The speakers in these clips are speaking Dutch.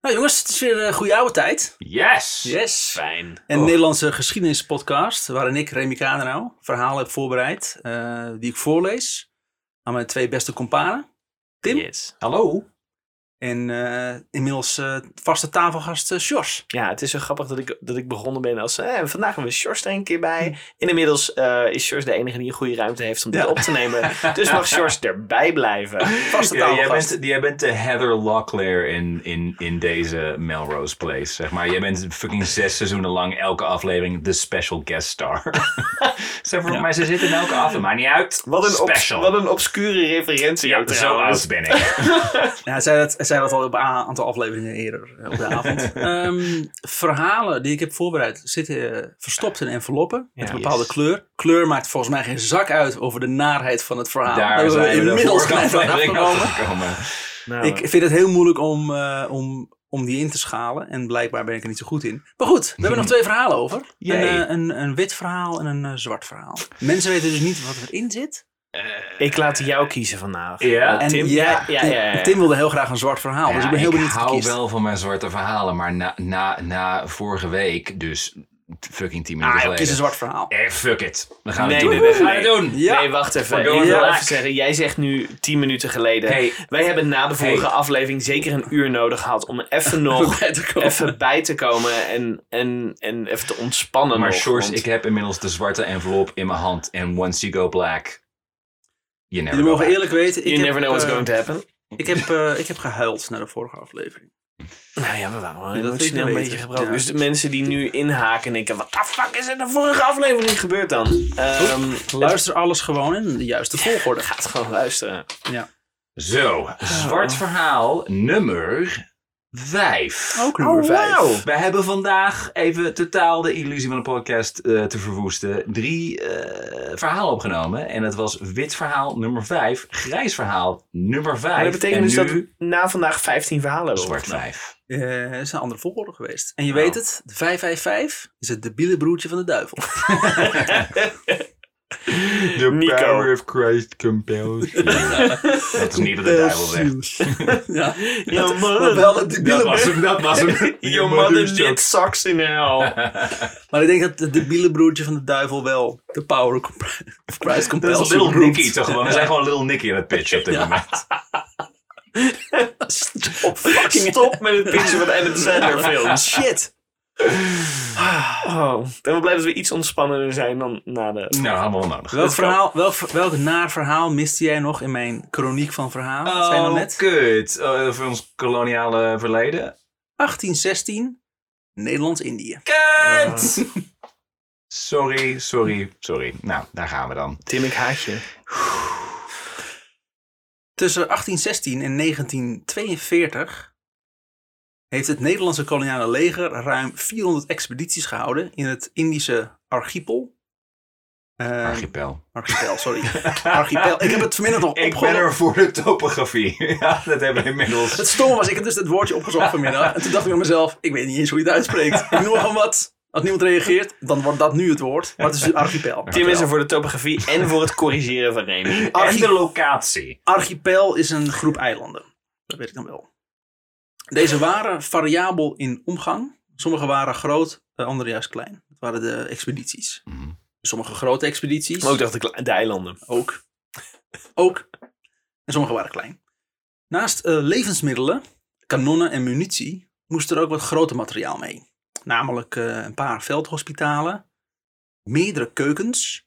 Nou jongens, het is weer een goede oude tijd. Yes! Yes. Fijn. Een Oh. Nederlandse geschiedenispodcast waarin ik, Remy Kadenau, verhalen heb voorbereid eh, die ik voorlees aan mijn twee beste companen. Tim. Yes. Hallo. En eh, inmiddels eh, vaste tafelgast eh, Sjors. Ja, het is zo grappig dat ik, dat ik begonnen ben als... Eh, vandaag hebben we Sjors er een keer bij. En inmiddels eh, is Sjors de enige die een goede ruimte heeft om dit Ja. op te nemen. Dus mag Sjors erbij blijven. Vaste Ja, jij, tafelgast. bent, jij bent de Heather Locklear in, in, in deze Melrose Place, zeg maar. Jij bent fucking zes seizoenen lang elke aflevering de special guest star. zeg maar, maar ze zitten in elke aflevering, maar niet uit. Wat een, obs- special. wat een obscure referentie ja, ook zo trouwens. oud ben ik. Ja, hij, zei dat, hij zei dat al op een a- aantal afleveringen eerder eh, op de avond. Ehm, verhalen die ik heb voorbereid zitten eh, verstopt in enveloppen met Ja, een bepaalde yes. kleur. Kleur maakt volgens mij geen zak uit over de naarheid van het verhaal. Daar zijn we de Nou, inmiddels vorige klein van aflevering afgekomen. afgekomen. Nou, Ik vind het heel moeilijk om, eh, om, om die in te schalen. En blijkbaar ben ik er niet zo goed in. Maar goed, we hebben nog twee verhalen over. Een, Jee. eh, een, een wit verhaal en een eh, zwart verhaal. Mensen weten dus niet wat erin zit. ik laat jou kiezen vandaag. Ja. Eh, Tim? en jij- Ja, ja, ja, ja. Tim wilde heel graag een zwart verhaal. dus ik ben heel ik benieuwd wat je hou kiest. wel van mijn zwarte verhalen, maar na, na, na vorige week, dus fucking tien minuten Ah, joh, geleden. kies een zwart verhaal. Eh, fuck it. We gaan Nee, het doen. nee, We gaan het nee. doen. Ja. Nee, wacht even. We're Ik going wil back. even zeggen, jij zegt nu tien minuten geleden. Hey. Wij hebben na de vorige Hey. aflevering zeker een uur nodig gehad om even nog bij te komen. even bij te komen en, en, en even te ontspannen. Maar nog, Shores, want- ik heb inmiddels de zwarte envelop in mijn hand. En once you go black, you never Jullie mogen go back. eerlijk weten. Ik You heb, never know what's eh, going to happen. ik heb, eh, ik heb gehuild naar de vorige aflevering. Nou ja, we waren wel dat wil emotioneel je een weten. beetje gebroken. Ja. Dus de mensen die nu inhaken en denken, wat de fuck is er de vorige aflevering gebeurd dan? Ehm, Luister alles gewoon in de juiste volgorde. Gaat gewoon luisteren. Zo, zwart verhaal nummer 5. Ook Oh, nummer vijf. Wij hebben vandaag even totaal de illusie van de podcast eh, te verwoesten. Drie eh, verhalen opgenomen. En dat was wit verhaal nummer 5, grijs verhaal nummer 5. Maar dat betekent dus Oh, en dat nu we na vandaag 15 verhalen hebben. zwart opgenomen. 5. Eh, het is een andere volgorde geweest. En je Nou. weet het, de 555 is het debiele broertje van de duivel. The Nico. power of Christ compels Dat is niet wat de duivel zegt. ja. Ja, Dat- man. maar wel dat Dat debiele was hem, dat was hem. Your mother did sucks in hell. Maar ik denk dat het debiele broertje van de duivel wel de power of Christ Dat compels is Little you roept. Nicky toch gewoon. We zijn gewoon Little Nicky in het pitch op dit moment. Op fucking Stop met het pitchen van Adam Sandler films. shit. Oh, ik ben wel blij dat we iets ontspannender zijn dan na de... Nou, allemaal onnodig. Welk, verhaal, welk, welk naar verhaal miste jij nog in mijn chroniek van verhalen? Wat Oh, zijn er net? kut. Eh, voor ons koloniale verleden. 1816, Nederlands-Indië. Kut! Eh, Sorry, sorry, sorry. Nou, daar gaan we dan. Tim, ik haat je. Tussen 1816 en 1942 heeft het Nederlandse koloniale leger ruim 400 expedities gehouden in het Indische archipel. Eh, Archipel. archipel, sorry. archipel. Ik heb het vanmiddag nog Ik ben opgehoord. er voor de topografie. ja, dat hebben we inmiddels. Het stomme was, ik had dus dat woordje opgezocht vanmiddag. En toen dacht ik aan mezelf, ik weet niet eens hoe je het uitspreekt. Ik noem gewoon wat. Als niemand reageert, dan wordt dat nu het woord. Maar het is dus archipel. Tim is er voor de topografie en voor het corrigeren van Remy. En de locatie. Archipel is een groep eilanden. Dat weet ik dan wel. Deze waren variabel in omgang. Sommige waren groot, de andere juist klein. Dat waren de expedities. Mhm. Sommige grote expedities. Maar ook dacht ik, de kle- de eilanden. Ook. Ook. En sommige waren klein. Naast eh, levensmiddelen, kanonnen en munitie moest er ook wat groter materiaal mee. Namelijk eh, een paar veldhospitalen, meerdere keukens,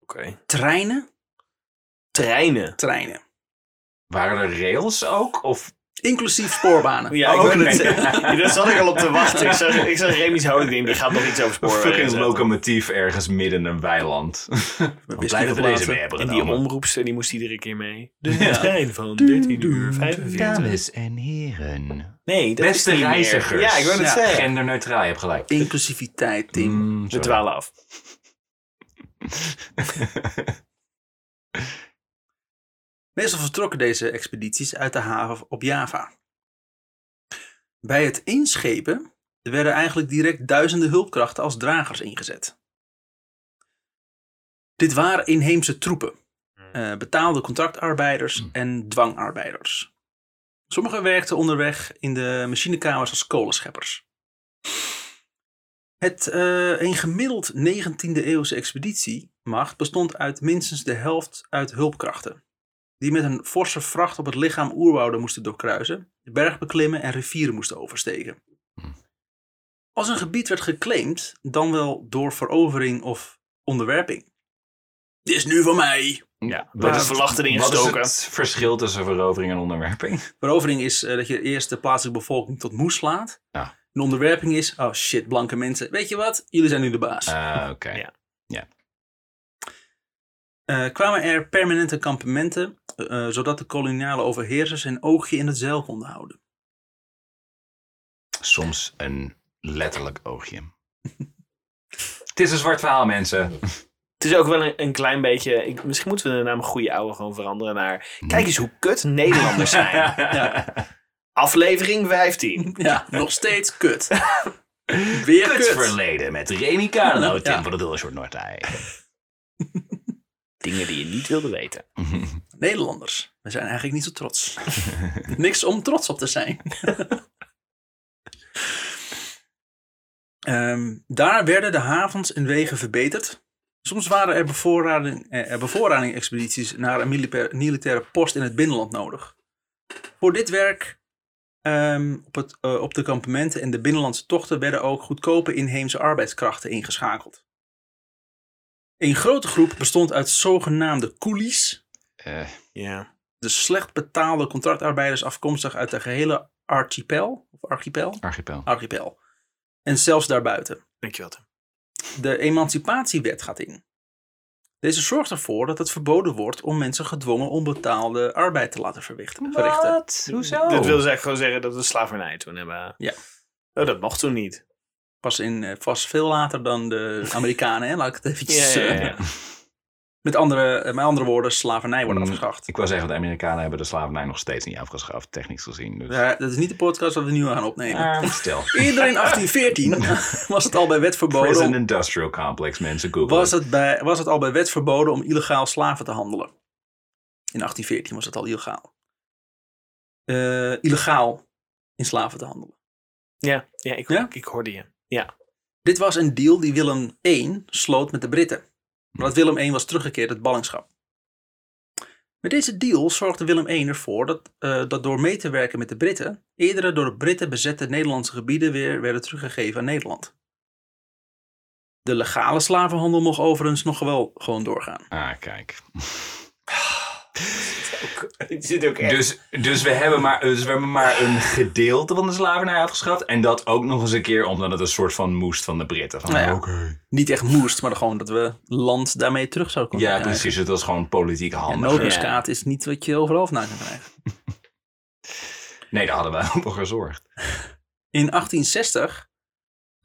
Oké. treinen, Treinen. treinen. Waren er rails ook? Of Inclusief spoorbanen. Ja, ik Oh, wou net nee. zeggen. Ja, daar zat ik al op te wachten. Ik zag, ik zag Remy's houding, denk, die gaat nog iets over een sporen. fucking locomotief ergens midden in een weiland? We We blijven er deze mee hebben En die genomen. omroepster, die moest iedere keer mee. Dus Ja. een trein van 13 uur 45. Dames en heren. Nee, dat Beste is niet meer. reizigers. Ja, ik wou net Ja. zeggen. Genderneutraal, je hebt gelijk. Inclusiviteit, Tim. Mm, We sorry. dwalen af. Meestal vertrokken deze expedities uit de haven op Java. Bij het inschepen werden eigenlijk direct duizenden hulpkrachten als dragers ingezet. Dit waren inheemse troepen, eh, betaalde contractarbeiders en dwangarbeiders. Sommigen werkten onderweg in de machinekamers als kolenscheppers. Het, eh, een gemiddeld 19e eeuwse expeditiemacht bestond uit minstens de helft uit hulpkrachten. Die met een forse vracht op het lichaam oerwouden moesten doorkruisen, de berg beklimmen en rivieren moesten oversteken. Als een gebied werd geclaimd, dan wel door verovering of onderwerping. Dit is nu van mij! Ja. Wordt Maar- het verlacht erin Wat is gestoken. het verschil tussen verovering en onderwerping? Verovering is eh, dat je eerst de plaatselijke bevolking tot moes slaat. Ja. Een onderwerping is, oh shit, blanke mensen. Weet je wat? Jullie zijn nu de baas. Ah, Oké. Ja. Eh, kwamen er permanente kampementen, eh, eh, zodat de koloniale overheersers een oogje in het zeil konden houden. Soms een letterlijk oogje. het is een zwart verhaal, mensen. Het is ook wel een, een klein beetje... Ik, misschien moeten we de naam Goeie Ouwe gewoon veranderen naar... Kijk eens hoe kut Nederlanders zijn. Ja. Aflevering 15. Ja, nog steeds kut. Weer Kut kut. verleden met Remy Kano, Tim Ja. van de Dulshort Noordij. Dingen die je niet wilde weten. Nederlanders, we zijn eigenlijk niet zo trots. Niks om trots op te zijn. Ehm, daar werden de havens en wegen verbeterd. Soms waren er, bevoorrading, eh, er bevoorrading-expedities naar een militair- militaire post in het binnenland nodig. Voor dit werk ehm, op, het, eh, op de kampementen en de binnenlandse tochten werden ook goedkope inheemse arbeidskrachten ingeschakeld. Een grote groep bestond uit zogenaamde coolies, Eh, Ja. de slecht betaalde contractarbeiders afkomstig uit de gehele archipel. Of archipel? archipel. Archipel. En zelfs daarbuiten. Dankjewel Tim. De emancipatiewet gaat in. Deze zorgt ervoor dat het verboden wordt om mensen gedwongen onbetaalde arbeid te laten verrichten. verrichten. Hoezo? Dit wil ze gewoon zeggen dat we slavernij toen hebben. Ja. Oh, dat mocht toen niet. Pas, in, eh, pas veel later dan de Amerikanen, hè? laat ik het eventjes... Ja, ja, ja, eh, ja. met, andere, eh, met andere woorden, slavernij wordt Mm. afgeschaft. Ik wil zeggen, de Amerikanen hebben de slavernij nog steeds niet afgeschaft, technisch gezien. Dus. Ja, dat is niet de podcast wat we nu gaan opnemen. Ah, stil. Eerder in 1814 was het al bij wet verboden om Prison Industrial Complex, mensen, Google. was het, bij, was het al bij wet verboden om illegaal slaven te handelen. In 1814 was het al illegaal. Eh, illegaal in slaven te handelen. Ja, ja, ik, Ja? ik hoorde je. Ja. Dit was een deal die Willem I sloot met de Britten. Omdat Willem I was teruggekeerd uit ballingschap. Met deze deal zorgde Willem I ervoor dat, eh, dat door mee te werken met de Britten, eerdere door de Britten bezette Nederlandse gebieden weer werden teruggegeven aan Nederland. De legale slavenhandel mocht overigens nog wel gewoon doorgaan. Ah, kijk. Het zit ook Dus, dus, we hebben maar, dus we hebben maar een gedeelte van de slavernij afgeschaft. En dat ook nog eens een keer omdat het een soort van moest van de Britten. Van, Nou ja. oké. niet echt moest, maar gewoon dat we land daarmee terug zouden kunnen ja, krijgen. precies. Het was gewoon politiek En handig. noodmuskaat is niet wat je overal vandaan kan krijgen. Nee, daar hadden we ook voor gezorgd. In 1860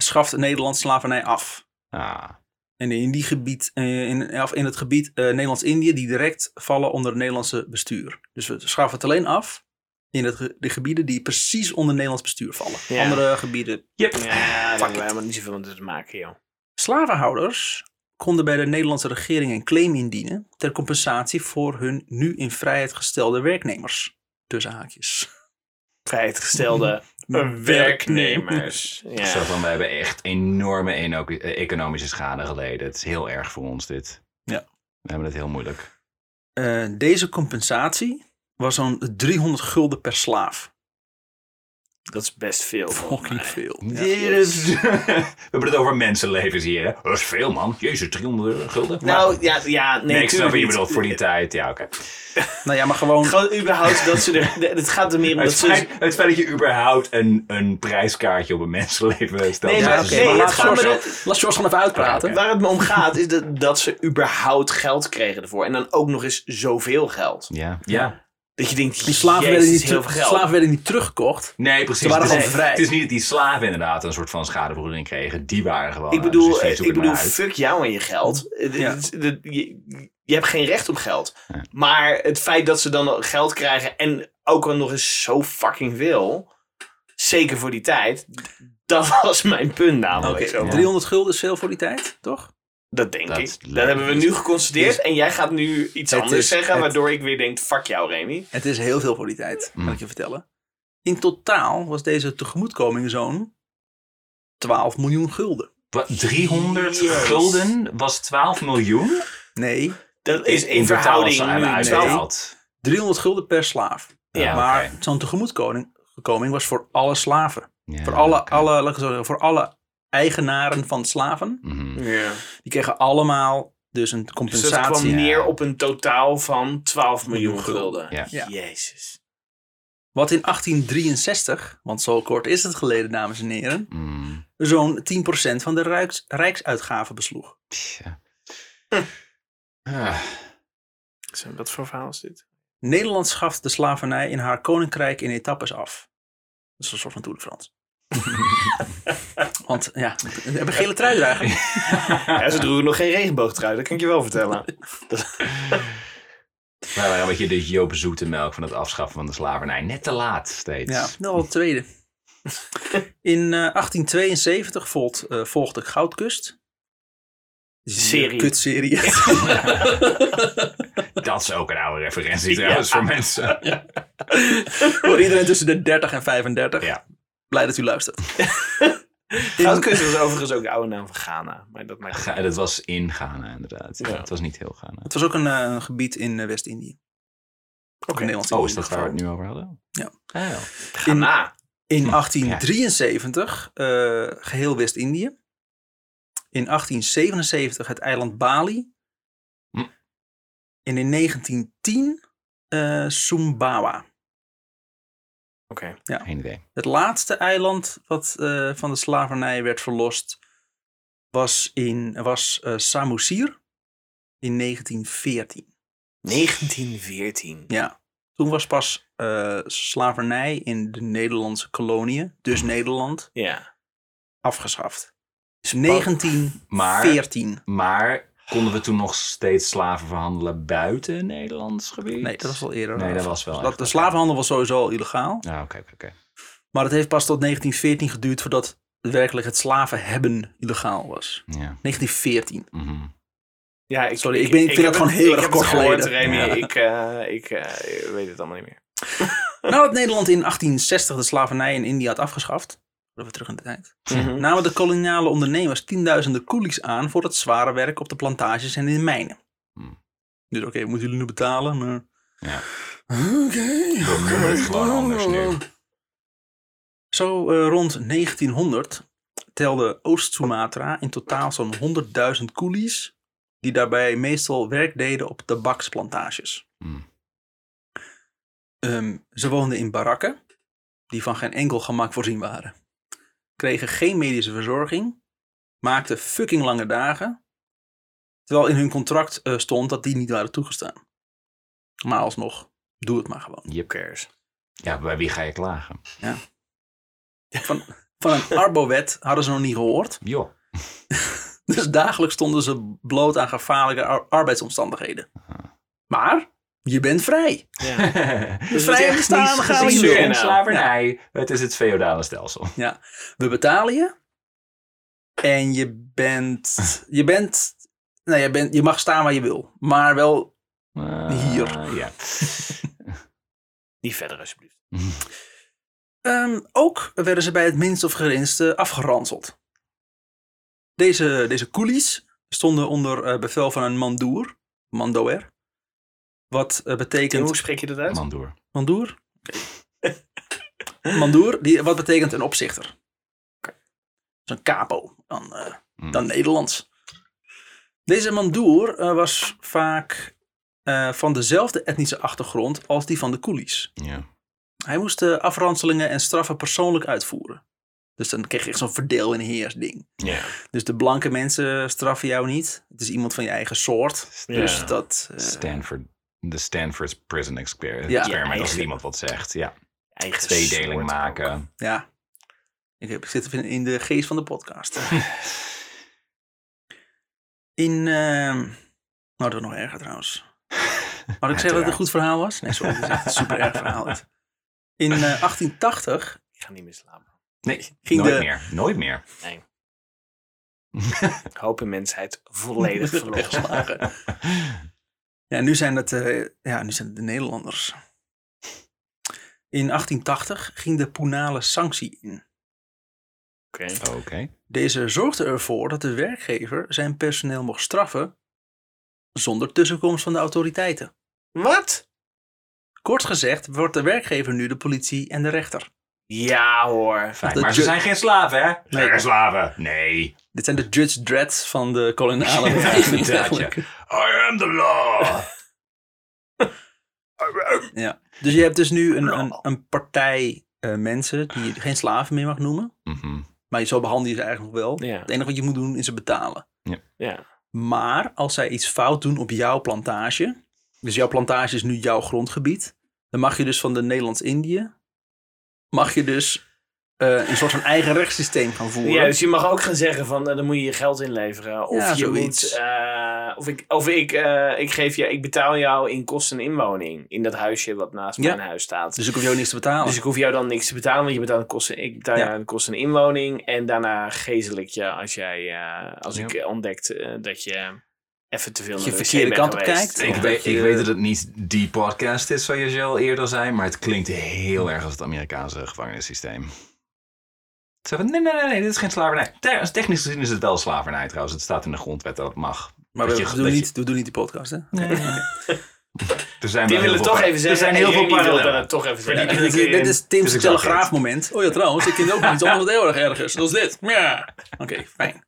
schaft Nederland slavernij af. Ah, En in, die gebied, eh, in, of in het gebied eh, Nederlands-Indië die direct vallen onder het Nederlandse bestuur. Dus we schaffen het alleen af in het ge- de gebieden die precies onder Nederlands bestuur vallen. Ja. Andere gebieden. Ja, daar Fuck hebben we helemaal niet zoveel aan te maken, joh. Slavenhouders konden bij de Nederlandse regering een claim indienen ter compensatie voor hun nu in vrijheid gestelde werknemers. Tussen haakjes. Vrijheidgestelde werknemers. Zo Ja. van, we hebben echt enorme eno- eh, economische schade geleden. Het is heel erg voor ons dit. Ja. We hebben het heel moeilijk. Eh, deze compensatie was zo'n 300 gulden per slaaf. Dat is best veel. Fucking veel. Ja. Dit is- we hebben het over mensenlevens hier. hè? Dat is veel, man. Jezus, 300 gulden. Nou, ja, ja nee, nee, ik snap wat tuurlijk je niet. bedoelt voor die tijd. Ja, oké. Nou ja, maar gewoon. Gewoon überhaupt dat ze er... de- Het gaat er meer om dat Het, ze... dus- feit, het feit dat je überhaupt een, een prijskaartje op een mensenleven stelt. Nee, ja, maar- dat is oké, nee, maar het laat gaat me George laat George gewoon even uitpraten. Waar het me om gaat is dat, dat ze überhaupt geld kregen ervoor. En dan ook nog eens zoveel geld. ja, ja. Dat je denkt, Die slaven jezus, werden, niet is heel terug- veel geld. slaven werden niet teruggekocht. Nee, precies. Ze waren het, is, gewoon vrij. het is niet dat die slaven inderdaad een soort van schadevergoeding kregen. Die waren gewoon... Ik nou, bedoel, dus die eh, zoeken ik bedoel naar uit. fuck jou en je geld. Eh, dit- Ja. dit- dit- Je, je hebt geen recht op geld. Maar het feit dat ze dan geld krijgen en ook al nog eens zo fucking veel, zeker voor die tijd, dat was mijn punt namelijk. Oké, zo. ja. 300 gulden is veel voor die tijd, toch? Dat denk Dat ik. lijkt Dat hebben we me nu geconstateerd en jij gaat nu iets Het anders is- zeggen, het- waardoor ik weer denk, fuck jou Remy. Mm. Het is heel veel voor die tijd, kan ik je vertellen. In totaal was deze tegemoetkoming zo'n 12 miljoen gulden. Wat, 300 Jezus. gulden was 12 miljoen? Nee, Dat is in, totaal verhouding zijn we nu twaalf- uitgehaald. 300 gulden per slaaf. Ja, maar oké. zo'n tegemoetkoming was voor alle slaven. Ja, voor, alle, oké. alle, laat ik het zo zeggen, voor alle eigenaren van slaven. Mhm. Ja. Die kregen allemaal dus een Dus dat kwam compensatie. neer op een totaal van 12 miljoen Miljoen gulden. Ja. Ja. Jezus. Wat in 1863, want zo kort is het geleden, dames en heren, Mm. zo'n 10% van de rijks, rijksuitgaven besloeg. Tja. Hm. Ah. Zo, Wat voor verhaal is dit? Nederland schaft de slavernij in haar koninkrijk in etappes af. Dat is een soort van Tour de France. Want ja, we hebben gele trui dragen. Ja, ze droegen nog geen regenboogtrui, dat kan ik je wel vertellen. Wij waren een beetje de Joop Zoetemelk van het afschaffen van de slavernij. Net te laat steeds. Ja, nou al het tweede. In eh, 1872 volgt, eh volgt de Goudkust. Serie. Kutserie. Dat is ook een oude referentie trouwens voor mensen. Voor iedereen tussen de 30 en 35. Ja. Blij dat u luistert. Goudkust was overigens ook de oude naam van Ghana. Maar dat maakt Ga- Dat was in Ghana inderdaad. Ja. Het was niet heel Ghana. Het was ook een eh, gebied in eh, West-Indië. Ook in Nederland. Oh, is dat waar we het nu over hadden? Ja. Ah, ja. Ghana. In 1873 eh, geheel West-Indië. In 1877 het eiland Bali. Hm. En in 1910 eh Sumbawa. Oké. Oh, Geen idee. Het laatste eiland wat eh, van de slavernij werd verlost was, in, was eh Samosir in 1914. 1914. Ja, toen was pas eh, slavernij in de Nederlandse koloniën, dus Nederland, Ja. afgeschaft. Dus 1914. Maar konden we toen nog steeds slaven verhandelen buiten Nederlands gebied? Nee, dat was al eerder. Nee, dat was wel Dat, echt- de slavenhandel was sowieso al illegaal. Ah, oké, oké, oké. Maar het heeft pas tot 1914 geduurd voordat werkelijk het slaven hebben illegaal was. Ja. 1914. mhm. ja ik, Sorry, ik ben- ik vind het heb gewoon heel ik erg heb kort het gehoord, geleden. Remy. Ja. Ik, eh, ik eh, weet het allemaal niet meer. Nadat Nou Nederland in 1860 de slavernij in India had afgeschaft, worden we terug in de tijd, Mhm. Mhm. namen de koloniale ondernemers tienduizenden coolies aan voor het zware werk op de plantages en in de mijnen. Hmm. Dus oké, moeten jullie nu betalen, maar... Ja. Oké. Oh, We noemen het gewoon anders nu. Zo eh, rond 1900 telde Oost-Sumatra in totaal zo'n 100.000 coolies, die daarbij meestal werk deden op tabaksplantages. Hmm. Ehm, ze woonden in barakken, die van geen enkel gemak voorzien waren. Kregen geen medische verzorging, maakten fucking lange dagen, terwijl in hun contract eh, stond dat die niet waren toegestaan. Maar alsnog, doe het maar gewoon. Yep. Cares. Ja, bij wie ga je klagen? Van, van een arbowet hadden ze nog niet gehoord. Joh. Dus dagelijks stonden ze bloot aan gevaarlijke ar- arbeidsomstandigheden. Maar je bent vrij. Ja. Dus vrij echt niet bestaan gaan we gezien niet door doen. nou. slavernij. Het is het feodale stelsel. We betalen je. En je bent. Je bent. Nou, je, bent, je mag staan waar je wil. Maar wel. Eh, Hier. Ja. Niet verder, alsjeblieft. Ehm, ook werden ze bij het minst of geringste afgeranseld. Deze, deze coolies stonden onder eh, bevel van een mandoer. Mandoer. Wat eh, Tim, betekent. hoe spreek je dat uit? Mandoer. Mandoer? Mandoer, die, wat betekent een opzichter? Dat is een capo, dan, eh, Mm. dan Nederlands. Deze mandoer eh, was vaak eh, van dezelfde etnische achtergrond als die van de coolies. Ja. Hij moest de afranselingen en straffen persoonlijk uitvoeren. Dus dan kreeg je echt zo'n verdeel- en heersding. Ja. Dus de blanke mensen straffen jou niet. Het is iemand van je eigen soort. Dus Ja. dat... eh, Stanford. De Stanford Prison Experiment. Ja. experiment Ja, als eigen- iemand wat zegt. Ja. Eigen Tweedeling soort ook. maken. Ja. Ik, heb, ik zit in- in de geest van de podcast. In. ehm, Nou, dat was nog erger trouwens. Had ik zeggen dat het een goed verhaal was? Nee, sorry, dat is echt een super erg verhaal. dit. In eh, 1880 Ik ga niet meer slapen. Nee, ging nooit de- meer. Nooit meer. Hoop en mensheid volledig verloren. weggeslagen. Ja, nu zijn het, eh, ja, nu zijn het de Nederlanders. In 1880 ging de Poenale sanctie in. Oké. Deze zorgde ervoor dat de werkgever zijn personeel mocht straffen zonder tussenkomst van de autoriteiten. Wat? Kort gezegd wordt de werkgever nu de politie en de rechter. Ja hoor. Fijn. Dat Maar ze je- zijn geen slaven, hè? Nee. Geen slaven. Nee. Dit zijn de Judge Dreads van de koloniale Ja, beweging inderdaad, ja. eigenlijk. I am the law. Dus je hebt dus nu een, een, een partij eh, mensen die je geen slaven meer mag noemen. Mhm. Maar je zo behandel je ze eigenlijk nog wel. Ja. Het enige wat je moet doen is ze betalen. ja. Maar als zij iets fout doen op jouw plantage, dus jouw plantage is nu jouw grondgebied, dan mag je dus van de Nederlands-Indië, mag je dus eh, een soort van eigen rechtssysteem gaan voeren. ja, dus je mag ook gaan zeggen van, eh, dan moet je je geld inleveren. Of Ja, je zoiets. moet, eh, of ik, of ik, eh, ik geef je, ik betaal jou in kosten inwoning. In dat huisje wat naast Ja. mijn huis staat. Dus ik hoef jou niks te betalen. Dus ik hoef jou dan niks te betalen, want je betaalt kosten, ik betaal Ja. jou de kosten inwoning. En daarna gezel ik je als, jij, eh, als Ja. ik ontdekt eh, dat je even te veel Dat naar je de wc verkeerde bent kant op geweest. kijkt. Ja. Ik, Ja. weet, Ja. ik weet dat het niet die podcast is, zoals je al eerder zei, maar het klinkt heel erg als het Amerikaanse gevangenissysteem. Ze van, nee, nee, nee, nee, dit is geen slavernij. Te- Technisch gezien is het wel slavernij trouwens. Het staat in de grondwet dat het mag. maar dat we, je- doen dat je- niet, we doen niet die podcast, hè? Er zijn Die wel heel willen veel toch par- even zeggen. Er zijn heel veel parallellen. toch even die- zeggen. Dit is- eh, dit is Tim's Dus ik dacht telegraafmoment. Oh ja, trouwens, ik vind ook nog iets anders wat heel erg erg is. Dat is dit. Ja. Oké, fijn.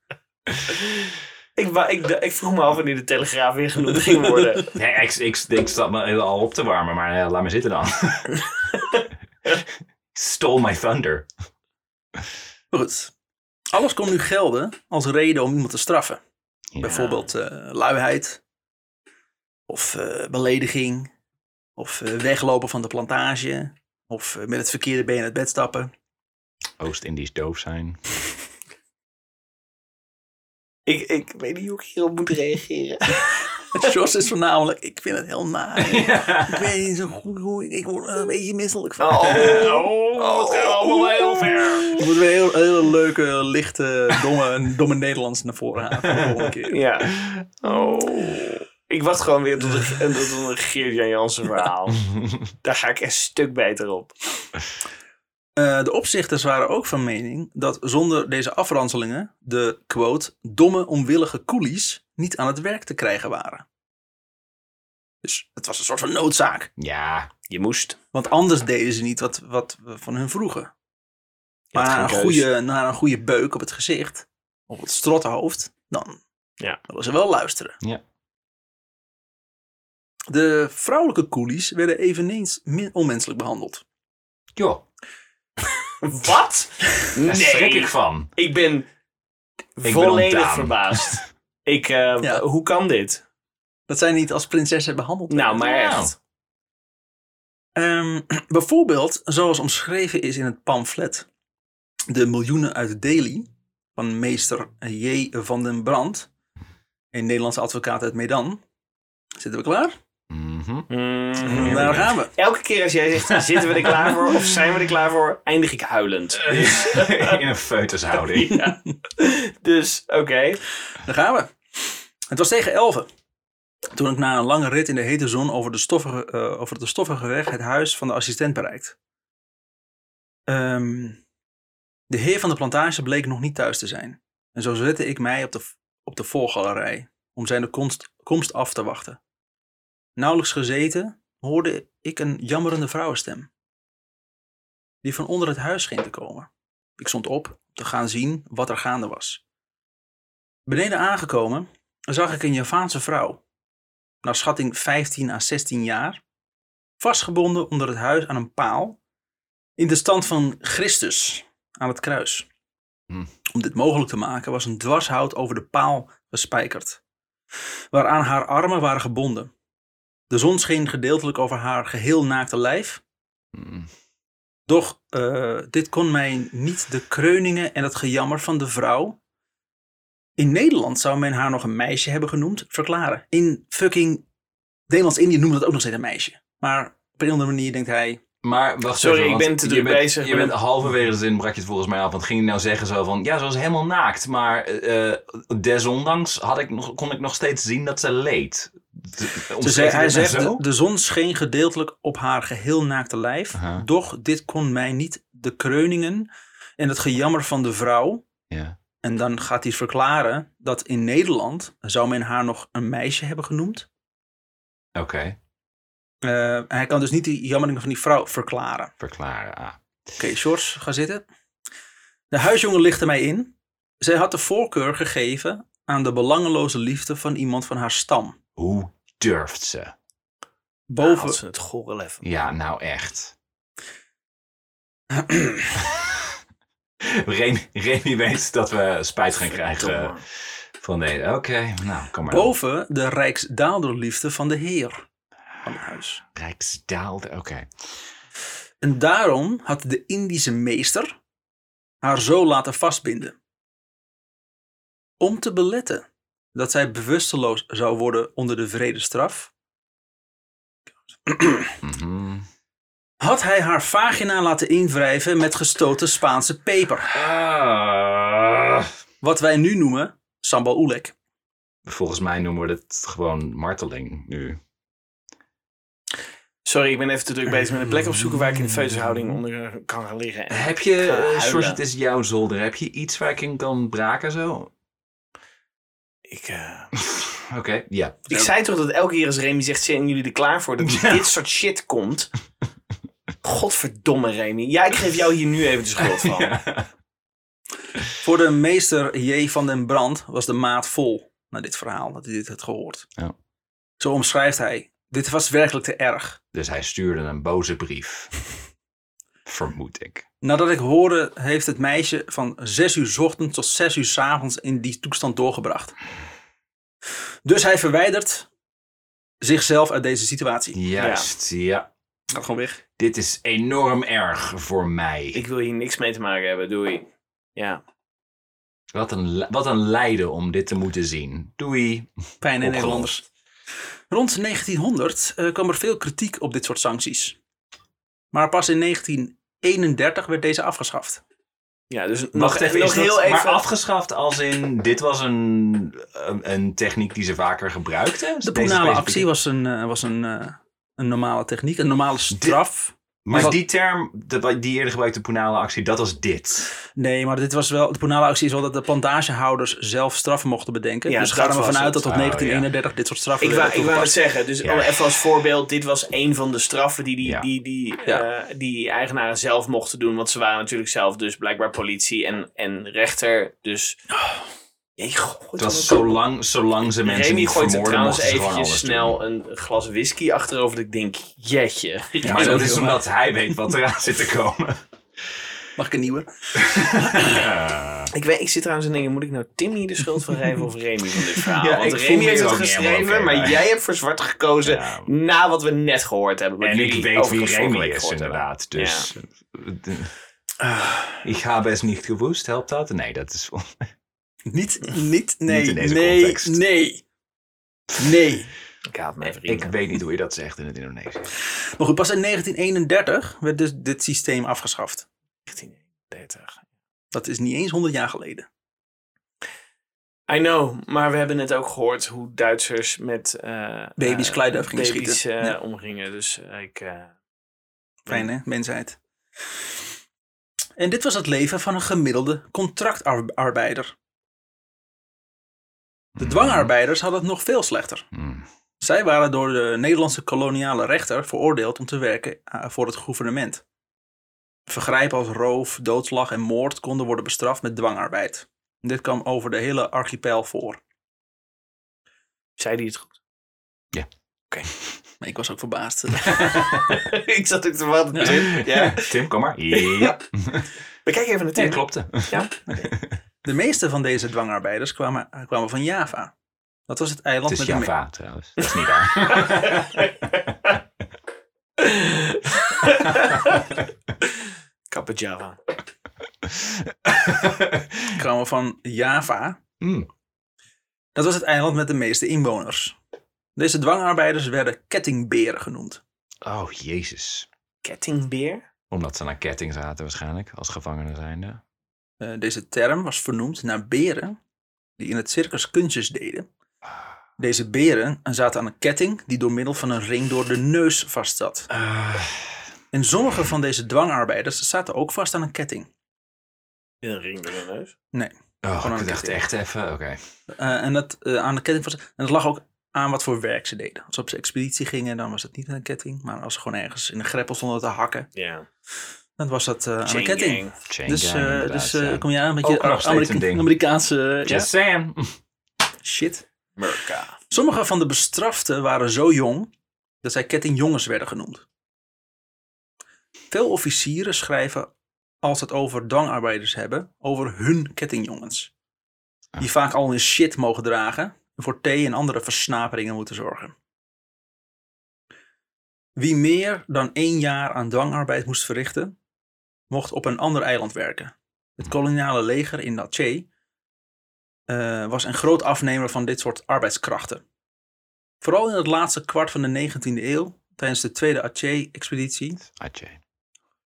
Ik, wa- ik, ik vroeg me af wanneer de Telegraaf weer genoemd ging worden. Nee, ik, ik, ik zat me al op te warmen, maar eh, laat me zitten dan. Stole my thunder. Maar goed. Alles kon nu gelden als reden om iemand te straffen. Ja. Bijvoorbeeld eh, luiheid. Of eh, belediging. Of eh, weglopen van de plantage. Of eh, met het verkeerde been uit bed stappen. Oost-Indisch doof zijn. Ik, ik weet niet hoe ik hierop moet reageren. Jos is voornamelijk, ik vind het heel naar. Ja. Ik weet niet zo goed hoe ik, ik word er een beetje misselijk van. Oh, Oh, het gaat allemaal heel ver. Je moet weer heel, hele leuke, lichte, domme, domme Nederlands naar voren halen voor de volgende keer. Ja. Oh. Ik wacht gewoon weer tot een, tot een Geert-Jan Jansen verhaal. Daar ga ik echt stuk beter op. Eh, de opzichters waren ook van mening dat zonder deze afranselingen de, quote, domme onwillige coolies niet aan het werk te krijgen waren. Dus het was een soort van noodzaak. Ja, Je moest. Want anders deden ze niet wat, wat we van hun vroegen. Je had Maar geen een keus. goede, na een goede beuk op het gezicht, op het strottenhoofd, dan Ja. willen ze wel luisteren. Ja. De vrouwelijke coolies werden eveneens min onmenselijk behandeld. joh. Wat? Daar schrik Nee. ik van. Ik ben ben volledig ontdaan. verbaasd. Ik, eh, Ja. Hoe kan dit? Dat zij niet als prinsessen behandeld werden. Nou, maar Nou. echt. Ehm, bijvoorbeeld, zoals omschreven is in het pamflet De Miljoenen uit Delhi van meester J. van den Brand, een Nederlandse advocaat uit Medan. Zitten we klaar? Mhm. Mm. we Daar go. gaan we. Elke keer als jij zegt, zitten we er klaar voor of zijn we er klaar voor, eindig ik huilend. In een foetushouding. Eh. Ja. Dus, oké. Daar gaan we. Het was tegen elven. Toen ik na een lange rit in de hete zon over de stoffige, eh, over de stoffige weg het huis van de assistent bereikt. Ehm, de heer van de plantage bleek nog niet thuis te zijn. En zo zette ik mij op de, op de voorgalerij om zijn komst, komst af te wachten. Nauwelijks gezeten hoorde ik een jammerende vrouwenstem. Die van onder het huis scheen te komen. Ik stond op om te gaan zien wat er gaande was. Beneden aangekomen zag ik een Javaanse vrouw, naar schatting 15 à 16 jaar, vastgebonden onder het huis aan een paal, in de stand van Christus aan het kruis. Hm. Om dit mogelijk te maken was een dwarshout over de paal gespijkerd, waaraan haar armen waren gebonden. De zon scheen gedeeltelijk over haar geheel naakte lijf, Mm. doch eh, dit kon mij niet de kreuningen en het gejammer van de vrouw. In Nederland zou men haar nog een meisje hebben genoemd, verklaren. In fucking Nederlands-Indië noemde dat ook nog steeds een meisje. Maar op een andere manier denkt hij. Maar wacht Sorry, even, ik want ben te je druk bent- bezig Je met- bent halverwege de zin brak je het volgens mij af. Want ging je nou zeggen zo van, ja, ze was helemaal naakt. Maar eh, eh, desondanks had ik nog, kon ik nog steeds zien dat ze leed. Ze zei, hij zegt, nou zo? de, de zon scheen gedeeltelijk op haar geheel naakte lijf. Aha. Doch dit kon mij niet de kreuningen en het gejammer van de vrouw. Ja. En dan gaat hij verklaren dat in Nederland zou men haar nog een meisje hebben genoemd. Oké, Eh, hij kan dus niet die jammeringen van die vrouw verklaren. verklaren. Ah. Oké, George, ga zitten. De huisjongen lichtte mij in. Zij had de voorkeur gegeven aan de belangeloze liefde van iemand van haar stam. Hoe durft ze? Boven, Had ze het gore lef. Ja, nou echt. Remy, Remy weet dat we spijt gaan krijgen Verdomme. van deze. Oké, nou, kom maar. op. boven de rijksdaalderliefde van de heer van het huis. Rijksdaalde, oké. En daarom had de Indische meester haar zo laten vastbinden. Om te beletten dat zij bewusteloos zou worden onder de vredestraf, Mhm. had hij haar vagina laten invrijven met gestoten Spaanse peper. Ah. Wat wij nu noemen sambal oelek. volgens mij noemen we dit gewoon marteling nu. Sorry, ik ben even te druk bezig met een plek opzoeken waar ik in Mm. feutushouding onder eh, kan gaan liggen. En- Heb je, eh, ga huilen. George, het is jouw zolder. Heb je iets waar ik in kan braken zo? Ik, eh, Oké, ja. ik zei toch dat elke keer als Remy zegt, zijn jullie er klaar voor dat Ja. dit soort shit komt? Godverdomme, Remy. Ja, ik geef jou hier nu even de schuld van. Voor de meester J. van den Brand was de maat vol na dit verhaal, dat hij dit had gehoord. Ja. Zo omschrijft hij. Dit was werkelijk te erg. Dus hij stuurde een boze brief. Vermoed ik. Nadat ik hoorde, heeft het meisje van 6 uur 's ochtends tot 6 uur 's avonds in die toestand doorgebracht. Dus hij verwijdert zichzelf uit deze situatie. Juist, ja. Gaat gewoon weg. Dit is enorm erg voor mij. Ik wil hier niks mee te maken hebben, doei. Ja, Wat, een, li- wat een lijden om dit te moeten zien. Doei. Pijn in Opgelost. Nederlanders. Rond 1900 eh, kwam er veel kritiek op dit soort sancties. Maar pas in 1931 werd deze afgeschaft. ja dus Wacht nog, even, nog is dat heel maar even. afgeschaft als in... Dit was een, een, een techniek die ze vaker gebruikten? De Deze specifieke- Poenale-actie was, een, eh, was een, eh, een normale techniek, een normale straf. Maar Wat- die term, de- die eerder gebruikte Poenale-actie, dat was dit. Nee, maar dit was wel, de Poenale-actie is wel dat de plantagehouders zelf straffen mochten bedenken. Ja, dus dat ga er maar was vanuit het. Ah, dat op Oh, 1931 dit soort straffen Ik werden wou, ik wou het toegepast. zeggen, dus Ja. oh, even als voorbeeld, dit was een van de straffen die die, Ja. die, die, Ja. eh, die eigenaren zelf mochten doen. Want ze waren natuurlijk zelf dus blijkbaar politie en, en rechter. Dus Oh. Jee, gooi Het toch was een- zolang, zolang ze mensen Remy niet gooit er vermoorden, trouwens mochten ze gewoon eventjes alles snel doen. een glas whisky achterover. Dat ik denk, jetje. Ja, Maar dat heel is waar. omdat hij weet wat eraan zit te komen. Mag ik een nieuwe? Eh, Ik, weet, ik zit trouwens en denk, moet ik nou Tim hier de schuld van geven of Remy van dit verhaal? Ja, Want ik voel Remy me heeft hier het ook niet helemaal geschreven, oké maar bij. jij hebt voor zwart gekozen Ja. na wat we net gehoord hebben. wat en ik jullie weet wie overigens vorige Remy week is, gehoord hebben. inderdaad. Dus. Ah. Eh, Ik ga best niet gewoest, helpt dat? Nee, dat is. Niet, niet, nee, Niet in deze nee, context. nee, nee. Eh, Ik haat mijn Ik vrienden. weet niet hoe je dat zegt in het Indonesisch. Maar goed, pas in 1931 werd dus dit systeem afgeschaft. 1930. Dat is niet eens 100 jaar geleden. I know, maar we hebben net ook gehoord hoe Duitsers met eh, Baby's eh, kleiduif gingen baby's, schieten. eh, Ja. omgingen. Dus eh, ik... eh, Fijn hè, mensheid. En dit was het leven van een gemiddelde contractarbeider. Mhm. De dwangarbeiders hadden het nog veel slechter. Mm. Zij waren door de Nederlandse koloniale rechter veroordeeld om te werken eh, voor het gouvernement. Vergrijpen als roof, doodslag en moord konden worden bestraft met dwangarbeid. Dit kwam over de hele archipel voor. zei die het goed? Maar ik was ook verbaasd. ik zat ook te wachten. Tim, Ja. Tim, kom maar. Ja, We kijken even naar Tim. nee, klopte. De meeste van deze dwangarbeiders kwamen, eh, kwamen van Java. Dat was het eiland Het is met de me- Java trouwens. Dat is niet waar. Kappa Java. kwamen van Java, Mm. Dat was het eiland met de meeste inwoners. Deze dwangarbeiders werden kettingberen genoemd. Oh, jezus. Kettingbeer? Omdat ze aan ketting zaten waarschijnlijk, als gevangenen zijnde. Eh, deze term was vernoemd naar beren die in het circus kunstjes deden. Deze beren zaten aan een ketting die door middel van een ring door de neus vast zat. Ah. En sommige van deze dwangarbeiders zaten ook vast aan een ketting. In een ring door de neus. Gewoon oh, aan ik de dacht ketting. echt even, oké. Eh, en dat eh, aan de ketting vast. En dat lag ook aan wat voor werk ze deden. Als ze op expeditie gingen, dan was dat niet aan een ketting. Maar als ze gewoon ergens in een greppel stonden te hakken, Ja. dan was dat eh, aan een ketting. Chain Dus, gang, eh, inderdaad, dus eh, ja. kom je aan met Ook je nog steeds Amerika- een ding. Amerikaanse ja, Just saying. shit. Murka. Sommige van de bestraften waren zo jong dat zij kettingjongens werden genoemd. Veel officieren schrijven, als het over dwangarbeiders hebben, over hun kettingjongens. Die vaak al hun shit mogen dragen en voor thee en andere versnaperingen moeten zorgen. Wie meer dan één jaar aan dwangarbeid moest verrichten, mocht op een ander eiland werken. Het koloniale leger in Aceh eh, was een groot afnemer van dit soort arbeidskrachten. Vooral in het laatste kwart van de 19e eeuw, tijdens de Tweede Aceh-expeditie. Atje.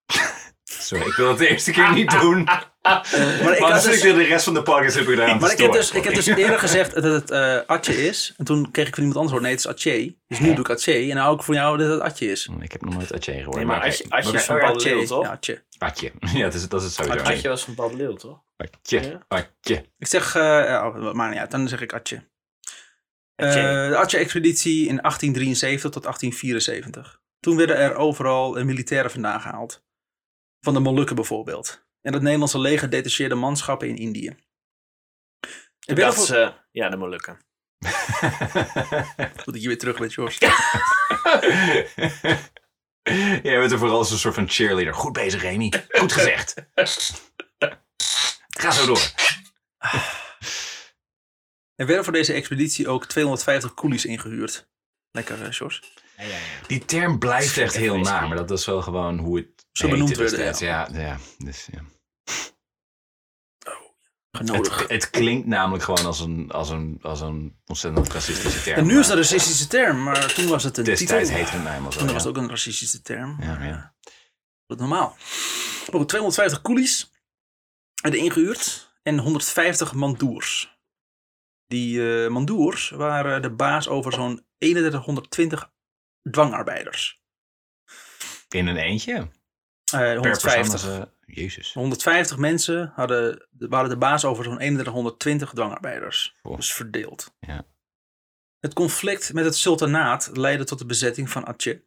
Ah, Sorry, Ah, ik wil het de eerste keer niet doen. maar ik maar had als ik dus, dit de rest van de podcast heb gedaan. maar ik heb dus, ik heb dus eerder gezegd dat het eh Aceh is. En toen kreeg ik van iemand anders hoor, nee, het is Aceh. Dus nu doe ik Aceh. En nou hou ik voor jou dat het Aceh is. Mm, Ik heb nog nooit Atje gehoord. Nee, maar oké. Atje- Atje- Dat is van- Oh ja, dat Aceh, is wel. ja, Aceh. Atje. Ja, dat is, dat is sowieso. Atje. Adje was van Bad Leeuw, toch? Atje. Ja. Atje. Ik zeg, eh oh, maar ja, dan zeg ik Aceh. Atje. Eh, de Atje-expeditie in 1873 tot 1874. Toen werden er overal eh, militairen vandaan gehaald. Van de Molukken bijvoorbeeld. En het Nederlandse leger detacheerde manschappen in Indië. Ik Ik ben dacht ervoor- ze, eh, ja, dat moet lukken. Goed dat je weer terug bent, Jos. Jij bent er vooral als een soort van cheerleader. Goed bezig, Remy. Goed gezegd. Ga zo door. Er werden voor deze expeditie ook 250 coolies ingehuurd. Lekker, eh, Jos. Die term blijft echt heel na, maar dat is wel gewoon hoe het Zo benoemd heette werden, destijds. Ja, ja. Dus, ja. Genodigd. Het, het klinkt namelijk gewoon als een, als een, als een ontzettend racistische term. En nu is dat maar een racistische term, maar toen was het een Destijds titel. heette het namelijk zo. Toen Ja. was het ook een racistische term. Ja, ja. Dat is normaal. Maar goed, 250 coolies werden ingehuurd en 150 mandoers. Die eh, mandoers waren de baas over zo'n 3120 dwangarbeiders. In een eentje? Eh, Per persoon 150. was, eh, Jezus. 150 mensen hadden, waren de baas over zo'n 3120 dwangarbeiders. Goh. Dus verdeeld. Ja. Het conflict met het sultanaat leidde tot de bezetting van Aceh.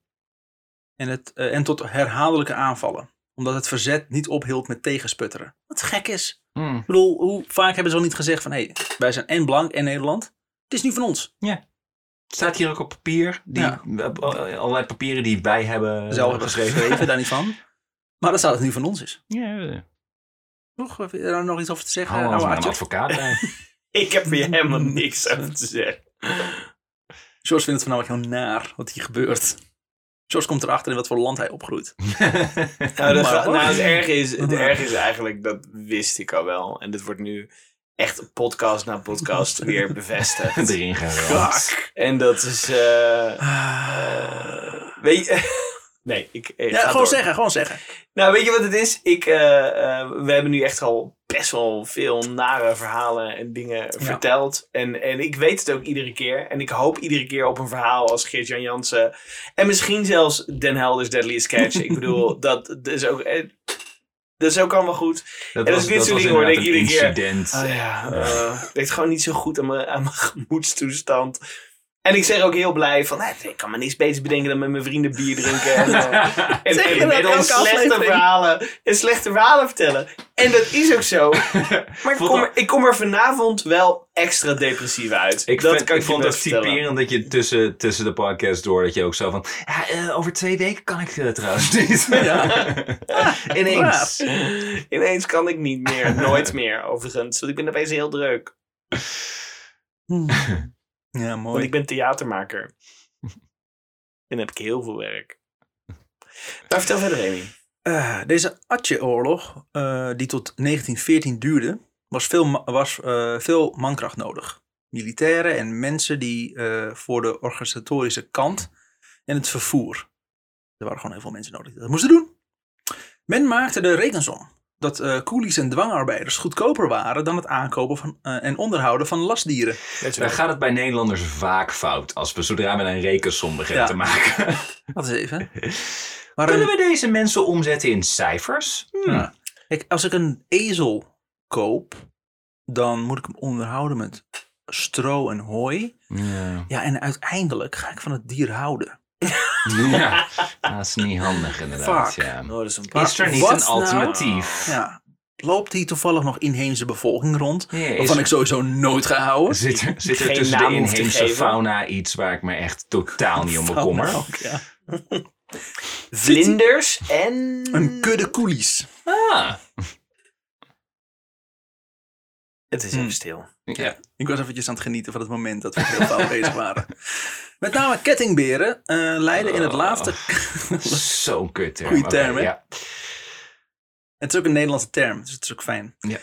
En, het, eh, en tot herhaaldelijke aanvallen. Omdat het verzet niet ophield met tegensputteren. Wat gek is. Hmm. Ik bedoel, hoe vaak hebben ze al niet gezegd van... hé, hey, wij zijn en blank en Nederland. Het is nu van ons. Staat hier ook op papier? Die, Ja. eh, Allerlei papieren die wij hebben Zelf hebben ze geschreven. geschreven, daar niet van. Maar dat staat dat het nu van ons is. Ja, ja. Toch? Heb je daar nog iets over te zeggen? Hou oude ons maar een Aceh? advocaat bij. Ik heb hier helemaal Mm. niks over te zeggen. George vindt het voornamelijk heel naar wat hier gebeurt. George komt erachter in wat voor land hij opgroeit. Nou, dat Maar- ga- nou, het erg is, het erg is eigenlijk, dat wist ik al wel. En dit wordt nu echt podcast na podcast weer bevestigd. Erin gaan. Fuck. En dat is, eh, Ah. eh, weet je... Nee, ik, ik ja, ga gewoon door. zeggen, gewoon zeggen. Nou, weet je wat het is? Ik, eh, eh, we hebben nu echt al best wel veel nare verhalen en dingen verteld. En, en ik weet het ook iedere keer. En ik hoop iedere keer op een verhaal als Geert-Jan Jansen. En misschien zelfs Den Helders Deadliest Catch. ik bedoel, dat, dat is ook... eh, dat is ook allemaal goed. Dat En als was, ik dit dat soort was dingen hoor, inderdaad denk ik een iedere keer, incident. Oh ja, eh, ik deed gewoon niet zo goed aan mijn, aan mijn gemoedstoestand. En ik zeg ook heel blij van, "Nou, ik kan me niks beters bedenken dan met mijn vrienden bier drinken. En, eh, en, Zeg je en, dat en dan elke slechte aflevering? verhalen, en slechte verhalen vertellen. En dat is ook zo. Maar ik Vond kom, dat- er, ik kom er vanavond wel extra depressief uit. Ik, dat vind- kan ik je vond best het vertellen. typerend dat je tussen, tussen de podcast door, dat je ook zo van, ja, eh, over twee weken kan ik eh, trouwens niet. Ja. Ineens. Ineens kan ik niet meer. Nooit meer, overigens. Want ik ben opeens heel druk. Ja, mooi. Want ik ben theatermaker. En dan heb ik heel veel werk. Maar vertel verder, Remy. Eh, deze Atje-oorlog, eh, die tot 1914 duurde, was veel, ma- was, eh, veel mankracht nodig. Militairen en mensen die eh, voor de organisatorische kant en het vervoer. Er waren gewoon heel veel mensen nodig die dat moesten doen. Men maakte de rekensom dat eh, coolies en dwangarbeiders goedkoper waren dan het aankopen van, eh, en onderhouden van lastdieren. Daar gaat het bij Nederlanders vaak fout als we zodra we een rekensom beginnen Ja. te maken. Wat is even. Maar Kunnen een- we deze mensen omzetten in cijfers? Hmm. Ja. kijk, als ik een ezel koop, dan moet ik hem onderhouden met stro en hooi. Ja. Ja, en uiteindelijk ga ik van het dier houden. Ja, dat is niet handig inderdaad. Fuck. Ja. Oh, dat is een Maar Is er niet wat een nou? Ah. alternatief? Ja, loopt hier toevallig nog inheemse bevolking rond? Nee, is Waarvan er- ik sowieso nooit ga houden. Zit er, zit er Geen tussen de naam hoeft te inheemse geven. fauna iets waar ik me echt totaal niet om bekommer? Van ook, ja. Vlinders en... Een kudde coolies. Ah, Het is Hmm. even stil. ja. Ik was eventjes aan het genieten van het moment dat we heel fout bezig waren. Met name kettingberen eh, leiden in het Oh. laatste... Zo'n kut term. Goeie Oké, term, hè? ja. Het is ook een Nederlandse term, dus het is ook fijn. Ja.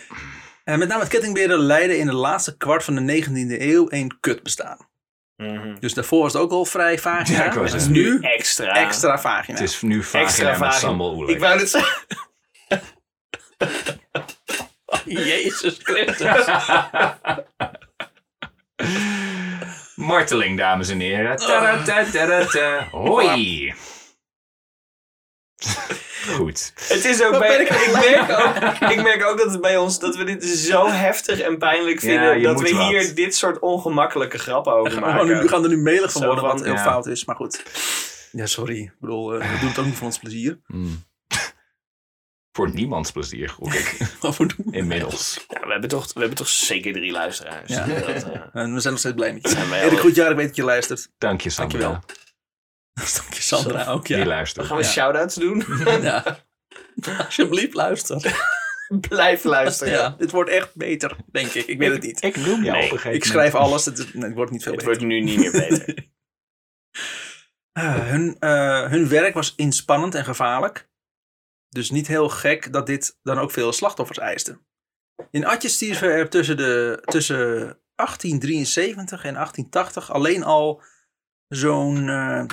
Eh, met name het kettingberen leiden in de laatste kwart van de 19e eeuw een kut bestaan. Hmm. Dus daarvoor was het ook al vrij vagina. Ja, ik wou en het is zeggen. nu Extra. extra vagina. Het is nu vagina met vagina. sambal oelek. Ik wou het zeggen. Jezus Christus. Marteling, dames en heren. Tada, ta, tada, ta. Hoi. Goed. Het is ook Wat bij, ben ik ik, merk ook, ik merk ook dat het bij ons dat we dit zo heftig en pijnlijk Ja, vinden je dat moet we wat. hier dit soort ongemakkelijke grappen We over gaan, gewoon Oh, nu, we maken. gaan er nu melig van Zo worden, wat van, heel ja. fout is. Maar goed. Ja, sorry. Ik bedoel, eh, we doen het ook niet voor ons plezier. Hmm. Voor niemands plezier, gok ik. Wat we doen. Inmiddels. Ja, we, hebben toch, we hebben toch zeker drie luisteraars. Ja. Dat, eh, En we zijn nog steeds blij met je. zijn wij Erik, al- goed jaar. Ik weet dat je luistert. Dank je, Sandra. Dankjewel. Dank je, Sandra. Ook Die ja. luistert. gaan we Ja. shout-outs doen? ja. Alsjeblieft, luister. Blijf luisteren. Ja, dit wordt echt beter, denk ik. Ik weet het niet. Ik noem jou Nee, op een gegeven Ik schrijf alles. Het, is- nee, het wordt niet veel Het beter. wordt nu niet meer beter. Ah, hun, eh, hun werk was inspannend en gevaarlijk. Dus niet heel gek dat dit dan ook veel slachtoffers eiste. In Atjes stierven er tussen, de, tussen 1873 en 1880 alleen al zo'n eh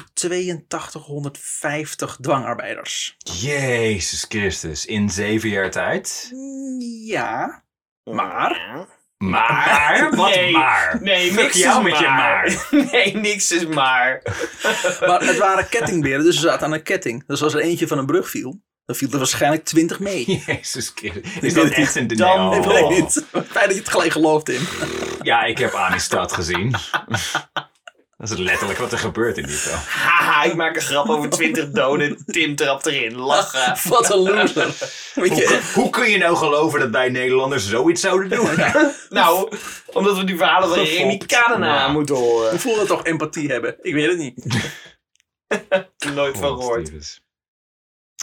8250 dwangarbeiders. Jezus Christus, in zeven jaar tijd. Mm, Ja, maar Maar, wat Nee. maar? Nee, Fuck niks is jou maar. met je Nee, niks is maar. maar het waren kettingberen, dus ze zaten aan een ketting. Dus als er eentje van een brug viel, dan viel er waarschijnlijk 20 mee. Jezus Christus. Is Ik dat weet echt een... Dan- Nee, Ik oh. weet niet. Fijn dat je het gelijk gelooft in. Ja, ik heb Amistad gezien. Dat is letterlijk wat er gebeurt in die film. Haha, ik maak een grap over 20 doden. Tim trapt erin. Lachen. Wat een loser. Weet je, Hoe kun je nou geloven dat wij Nederlanders zoiets zouden doen? Nou, omdat we die verhalen van Remy Gefopt. Kadenaar Ja. moeten horen. we voelen toch empathie hebben? Ik weet het niet. Nooit van gehoord.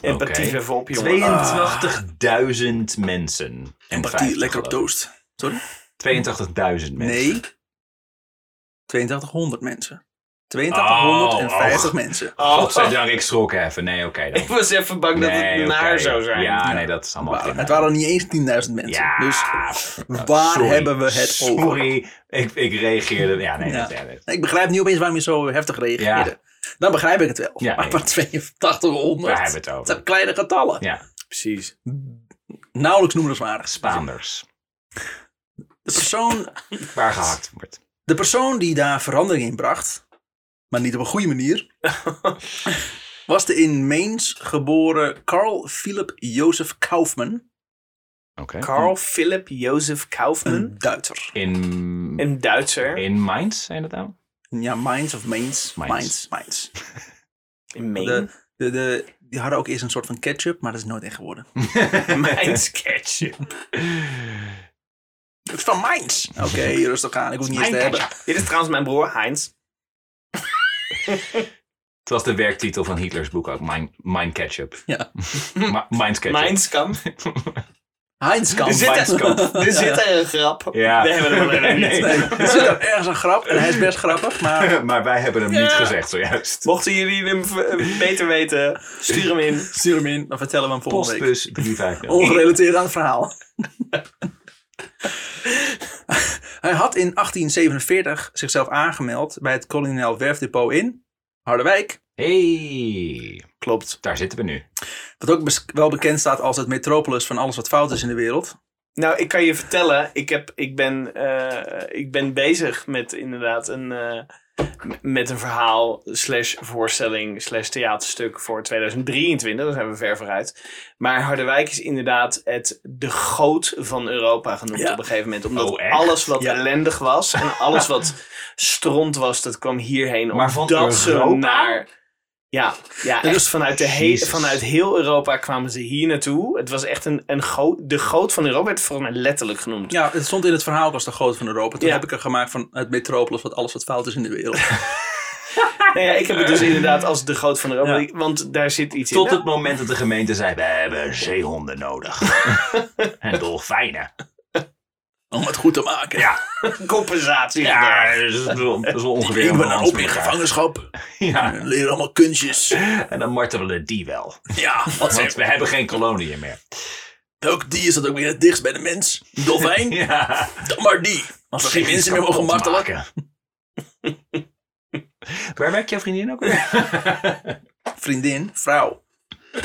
Empathie Oké. even op, jongen. 82.000 mensen. En Empathie, 50 lekker op geloof toast. Sorry? ik. 82.000 mensen. Nee. 8200 mensen. Oh, 8250 och. mensen. Oh, Godzijdank, ik schrok even. Nee, oké ik dan. was even bang dat het Nee, naar oké. zou zijn. Ja, nee, dat is allemaal Waren- prima. het waren niet eens 10.000 mensen. Ja. Dus Nou, waar sorry. hebben we het over? Sorry, ik, ik reageerde... Ja, nee, Ja. dat... Ja, dat- Ik begrijp niet opeens waarom je zo heftig reageerde. Dan begrijp ik het wel. Ja, maar van nee. 8200. Daar hebben we het Dat zijn over. kleine getallen. Ja, precies. Nauwelijks noemenswaardig. Spaanders. De persoon Waar gehakt wordt. De persoon die daar verandering in bracht, maar niet op een goede manier, was de in Mainz geboren Carl Philip Jozef Kaufman, Oké. Carl Philip Jozef Kaufman. Mm. een Duitser. In, Een Duitser. in Mainz, zijn dat nou? Ja, Mainz of Mainz. Mainz. Mainz. Mainz. In Maine. De, de, de, die hadden ook eerst een soort van ketchup, maar dat is nooit echt geworden. Mijn sketch. Het is van Mainz. Oké, rustig aan. Ik hoef het niet eens te hebben. Dit is trouwens mijn broer Heinz. Het was de werktitel van Hitlers boek ook, Mein, mein Ketchup. Ja. Ma- Mainz Ketchup. Oh, Mijnskamp. Heinz kan. Er zit Mijnskamp. er, er zit er een grap. Ja. We hebben hem er niet. Nee. Er zit er ergens een grap en hij is best grappig, maar maar wij hebben hem niet Ja. gezegd zojuist. Mochten jullie hem v- beter weten, stuur hem in. stuur hem in, dan vertellen we hem volgende week. Postbus 350. Ongerelateerd aan het verhaal. Hij had in 1847 zichzelf aangemeld bij het koloniaal werfdepot in Harderwijk. Hey, Klopt. daar zitten we nu. Wat ook bes- wel bekend staat als het metropolis van alles wat fout is in de wereld. Nou, ik kan je vertellen, ik, heb, ik, ben, eh, ik ben bezig met inderdaad een, eh, m- met een verhaal, slash voorstelling, slash theaterstuk voor 2023. Daar zijn we ver vooruit. Maar Harderwijk is inderdaad het de goot van Europa genoemd Ja. op een gegeven moment. Omdat Oh, echt? alles wat Ja. ellendig was en alles wat stront was, dat kwam hierheen. Maar van omdat ze Europa? naar... Ja, ja Dat echt is- vanuit, de he- Jezus. vanuit heel Europa kwamen ze hier naartoe. Het was echt een, een goot. De goot van Europa werd volgens mij letterlijk genoemd. Ja, het stond in het verhaal ook als de groot van Europa. Toen Ja. heb ik er gemaakt van het metropolis wat alles wat fout is in de wereld. Nou ja, ik heb het dus inderdaad als de goot van Europa. Ja. Want daar zit iets Tot in. het moment dat de gemeente zei, we hebben zeehonden nodig. en dolfijnen. Om het goed te maken. Ja, Compensatie. Ja, dat is, wel- dat is wel ongeveer ik een ben dan balans op met in elkaar. gevangenschap. Ja, En leer allemaal kunstjes. en dan martelen die wel. Ja, wat Want zeg we hebben geen koloniën meer. Welk dier zat ook weer het dichtst bij de mens? Een Dolfijn? Ja. Dan maar die. Als we geen mensen meer mogen Kapot martelen. maken. Waar werkt jouw vriendin ook weer? Vriendin, vrouw.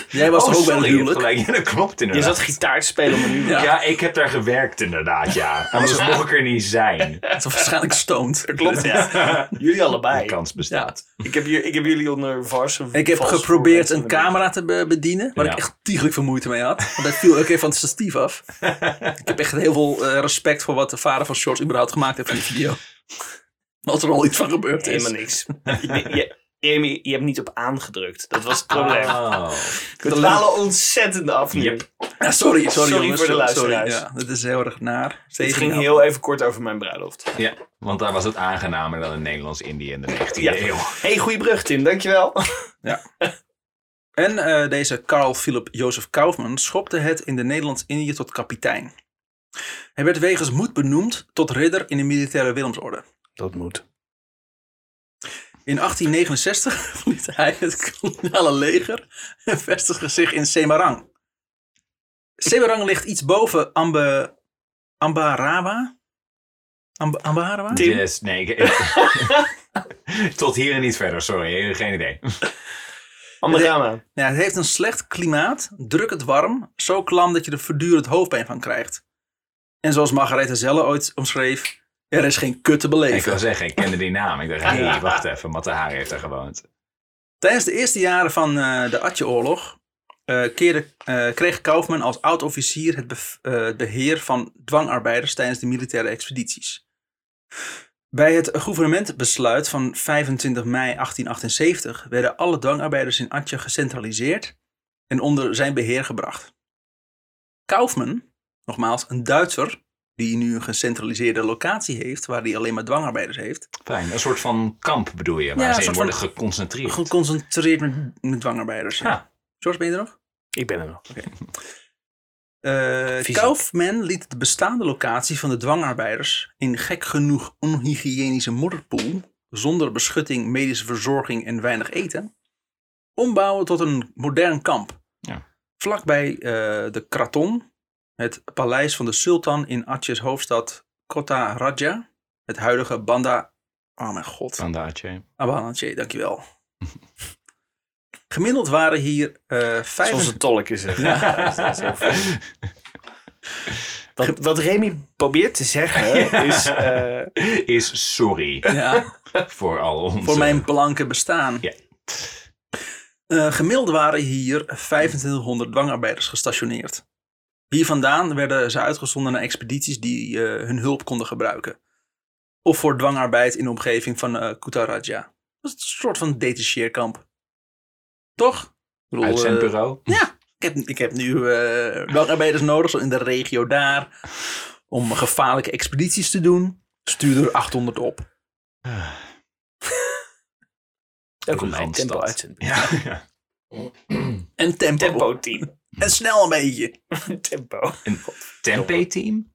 Jij was Oh, toch ook bij het sorry, je hebt huwelijk? gelijk. Ja, dat klopt Je inderdaad. zat gitaar te spelen op een uur. Ja. ja. ik heb daar gewerkt inderdaad, ja. Anders mocht ik er niet zijn. Dat was waarschijnlijk stoned. Dat klopt, ja. Jullie De allebei. kans bestaat. Ik heb, ju- ik heb jullie onder vars. Ik heb vals geprobeerd voorwenselen. een camera te be- bedienen, waar Ja. ik echt tiegelijk veel moeite mee had. Want hij viel ook even van het statief af. ik heb echt heel veel eh, respect voor wat de vader van Shorts überhaupt gemaakt heeft in die video. Wat er al iets van gebeurd is. Helemaal niks. Je- je- Jamie, je hebt niet op aangedrukt. Dat was het Ah. probleem. Oh. We dwalen ontzettend af nu. Yep. Ah, sorry, sorry, Sorry jongens. voor de Sorry, luisteraars. Ja, dat is heel erg naar. Het ging Tegenhouden. heel even kort over mijn bruiloft. Ja, want daar was het aangenamer dan in Nederlands-Indië in de 19e Ja. eeuw. hey, goede brug, Tim. Dankjewel. En eh, deze Carl Philip Jozef Kaufman schopte het in de Nederlands-Indië tot kapitein. Hij werd wegens moed benoemd tot ridder in de militaire Willemsorde. Dat moet. In 1869 verliet hij het koloniale leger en vestigde zich in Semarang. Semarang ligt iets boven Amba, Ambarawa. Amba, Ambarawa? Tim. Yes, nee. ik- Tot hier en niet verder, sorry. Geen idee. Ammerama. Nou Ja, het heeft een slecht klimaat, druk het warm, zo klam dat je er voortdurend hoofdpijn van krijgt. En zoals Margaretha Zelle ooit omschreef, er is geen kut te Ik beleven. wil zeggen, ik kende die naam. Ik dacht, hé, hey, wacht even, Matahari heeft daar gewoond. Tijdens de eerste jaren van eh, de Atje-oorlog eh, keerde- eh, kreeg Kaufman als oud-officier het bev- eh, het beheer van dwangarbeiders tijdens de militaire expedities. Bij het gouvernementbesluit van 25 mei 1878 werden alle dwangarbeiders in Atje gecentraliseerd en onder zijn beheer gebracht. Kaufman, nogmaals een Duitser, die nu een gecentraliseerde locatie heeft waar hij alleen maar dwangarbeiders heeft, Fijn, een soort van kamp bedoel je, waar Ja, een ze in soort worden van- geconcentreerd. Ah. geconcentreerd met, met dwangarbeiders. ja. Ja. George, ben je er nog? Ik ben er nog. Eh, Fysiek. Kaufman liet de bestaande locatie van de dwangarbeiders in gek genoeg onhygiënische modderpoel, zonder beschutting, medische verzorging en weinig eten, ombouwen tot een modern kamp. Ja. Vlakbij eh, de Kraton, het paleis van de sultan in Atjes hoofdstad Kota Raja, het huidige Banda. Oh mijn god. Standaardje. Abanatje, dankjewel. Gemiddeld waren hier eh Zoals 25. een tolk is het. Wat, wat Remy probeert te zeggen is... eh, Is sorry Ja. voor al onze... voor mijn blanke bestaan. Ja. Eh, gemiddeld waren hier 2500 dwangarbeiders gestationeerd. Hier vandaan werden ze uitgezonden naar expedities die eh, hun hulp konden gebruiken. Of voor dwangarbeid in de omgeving van eh Kutaraja. Dat is een soort van detacheerkamp. Toch? Ik bedoel, eh, Uitzendbureau. ik, heb, ik heb nu eh dwangarbeiders nodig, zo in de regio daar. Om gevaarlijke expedities te doen. Stuur er 800 op. ook een Landstad. tempo uitzend. Ja, ja. En tempo. Tempo team. En snel een beetje. Tempo. Een Tempe-team?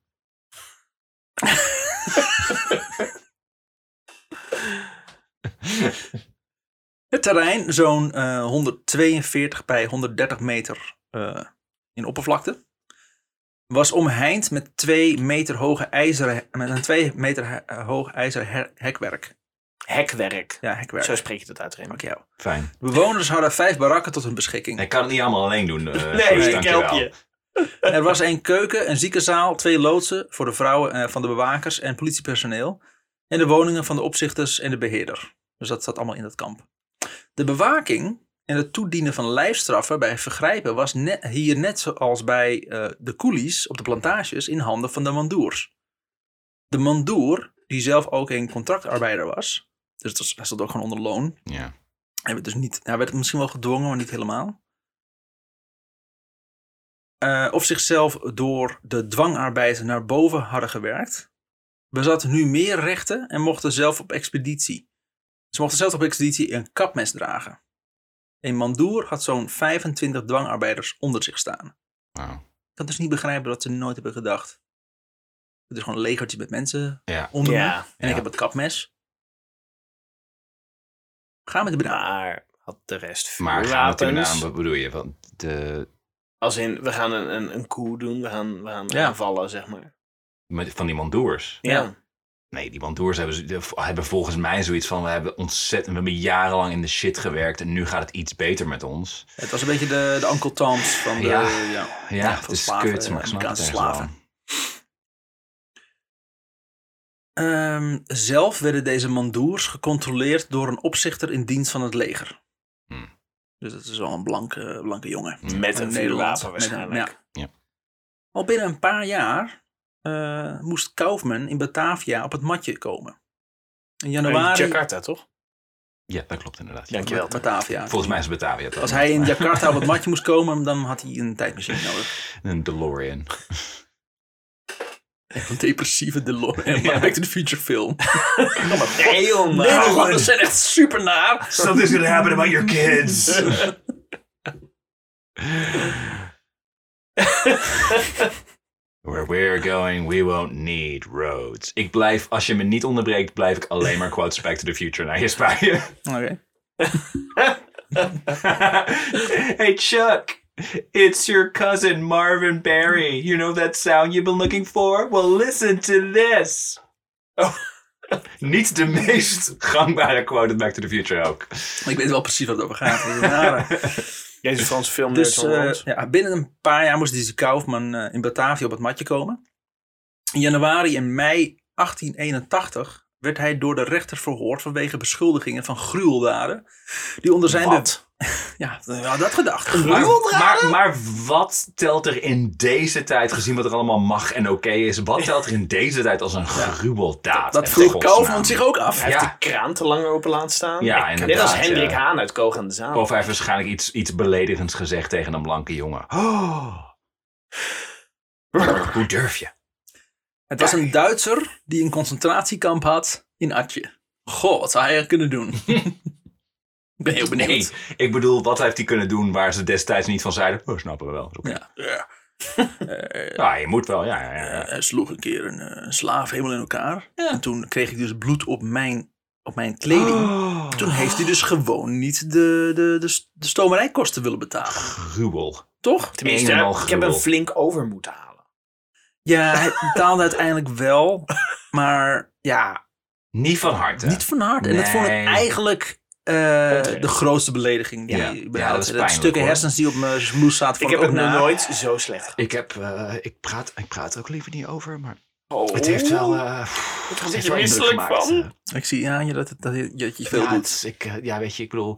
Het terrein zo'n eh, 142 bij 130 meter eh, in oppervlakte. Was omheind met twee meter hoge ijzeren, met een twee meter he- eh, hoog ijzeren her- hekwerk. Hekwerk. Ja, hekwerk. Zo spreek je dat uit, Raymond. Dank jou. Fijn. De bewoners hadden vijf barakken tot hun beschikking. Ik kan het niet allemaal alleen doen. eh, Nee, Guus, ik help dankjewel. je. Er was een keuken, een ziekenzaal, twee loodsen voor de vrouwen eh, van de bewakers en politiepersoneel. En de woningen van de opzichters en de beheerder. Dus dat zat allemaal in dat kamp. De bewaking en het toedienen van lijfstraffen bij vergrijpen was ne- hier net zoals bij eh, de coolies op de plantages in handen van de mandoers. De mandoer, die zelf ook een contractarbeider was, dus het was, hij stond ook gewoon onder loon. Ja. Hij werd, dus niet, hij werd misschien wel gedwongen, maar niet helemaal. eh, of zichzelf door de dwangarbeid naar boven hadden gewerkt, bezaten nu meer rechten en mochten zelf op expeditie. Ze mochten zelf op expeditie een kapmes dragen. Een mandoer had zo'n 25 dwangarbeiders onder zich staan. Wauw. Ik kan dus niet begrijpen dat ze nooit hebben gedacht. Het is gewoon een legertje met mensen Ja. onder me. Ja. En Ja. ik heb het kapmes. Ga met de banaan. Maar had de rest Maar gaan we het vuurwapens. erna- wat bedoel je? Want de, Als in, we gaan een, een, een coup doen, we gaan, we gaan Ja. aanvallen, zeg maar. met, van die mandoers. Ja. Nee, die mandoers hebben, ze- de- hebben volgens mij zoiets van... We hebben ontzettend, we hebben jarenlang in de shit gewerkt... en nu gaat het iets beter met ons. Het was een beetje de, de Uncle Toms van de... Ja. ja. Ja, Ja, het van is slaven, kut, maar ik snap het Amerikaanse echt wel. slaven. Ehm, zelf werden deze mandoers gecontroleerd door een opzichter in dienst van het leger. Hmm. Dus dat is wel een blanke, blanke jongen. Mm. Met een Van Nederland. vuurwapen Met een- waarschijnlijk. ja. Ja. Al binnen een paar jaar eh, moest Kaufman in Batavia op het matje komen. In januari... In Jakarta, toch? Ja, dat klopt inderdaad. Ja. Dankjewel. Batavia. Volgens mij is het Batavia. dat. Als hij in Jakarta op het matje moest komen, dan had hij een tijdmachine nodig. Een DeLorean. Een depressieve DeLorean, maar Back to the Future film. Nee, joh, Nee, maar God, dat zijn echt super naar. Something's gonna happen about your kids. Where we're going, we won't need roads. Ik blijf, als je me niet onderbreekt, blijf ik alleen maar quotes Back to the Future naar je spuien. Oké. hey Chuck, it's your cousin Marvin Barry. You know that sound you've been looking for? Well, listen to this. Oh. Niet de meest gangbare quote uit Back to the Future ook. Ik weet wel precies wat het over gaat. Dat is een rare. Deze Franse film dus eh, ja, binnen een paar jaar moest deze Kaufman eh, in Batavia op het matje komen. In januari en mei 1881 werd hij door de rechter verhoord vanwege beschuldigingen van gruweldaden. Die onder zijn... Wat? be- Ja, hij had dat gedacht. Een Maar, gruwel- maar, maar wat telt er in deze tijd, gezien wat er allemaal mag en oké is, wat telt er in deze tijd als een gruweldaad? Dat in vroeg godsnaam? Kaufman zich ook af. Hij heeft ja. de kraan te lang open laten staan. Ja, Net inderdaad. als Hendrik ja. Haan uit Koog aan de Zaal. Of hij heeft waarschijnlijk iets, iets beledigends gezegd tegen een blanke jongen. Oh. Hoe durf je? Het was een Duitser die een concentratiekamp had in Atje. Goh, wat zou hij er kunnen doen? ik ben heel benieuwd. Nee, ik bedoel, wat heeft hij kunnen doen waar ze destijds niet van zeiden? Oh, snappen we wel. Is oké. Ja. Eh, Ja, je moet wel, ja. ja, ja. hij sloeg een keer een, eh, een slaaf helemaal in elkaar. En toen kreeg ik dus bloed op mijn, op mijn kleding. Oh. Toen heeft hij dus gewoon niet de, de, de, s- de stomerijkosten willen betalen. Gruwel. Toch? Tenminste, Een en al ik heb hem gruwel. flink over moeten halen. Ja, hij betaalde uiteindelijk wel. Maar ja, Niet van harte. niet van harte. En dat vond ik Nee. eigenlijk... eh, de grootste belediging die Ja. hij Ja, überhaupt- dat is dat pijnlijk, stukken hoor. hersens die op mijn blouse zaten. Ik vond heb ook het nog naar. nooit zo slecht Ik heb, eh, ik praat, ik praat ook liever niet over, maar gehad. het heeft wel, eh het word heeft je wel indruk misselijk gemaakt, van. eh. Ik zie aan je dat, het, dat, je, dat je veel ja, het doet. is- ik, eh, ja, weet je, ik bedoel,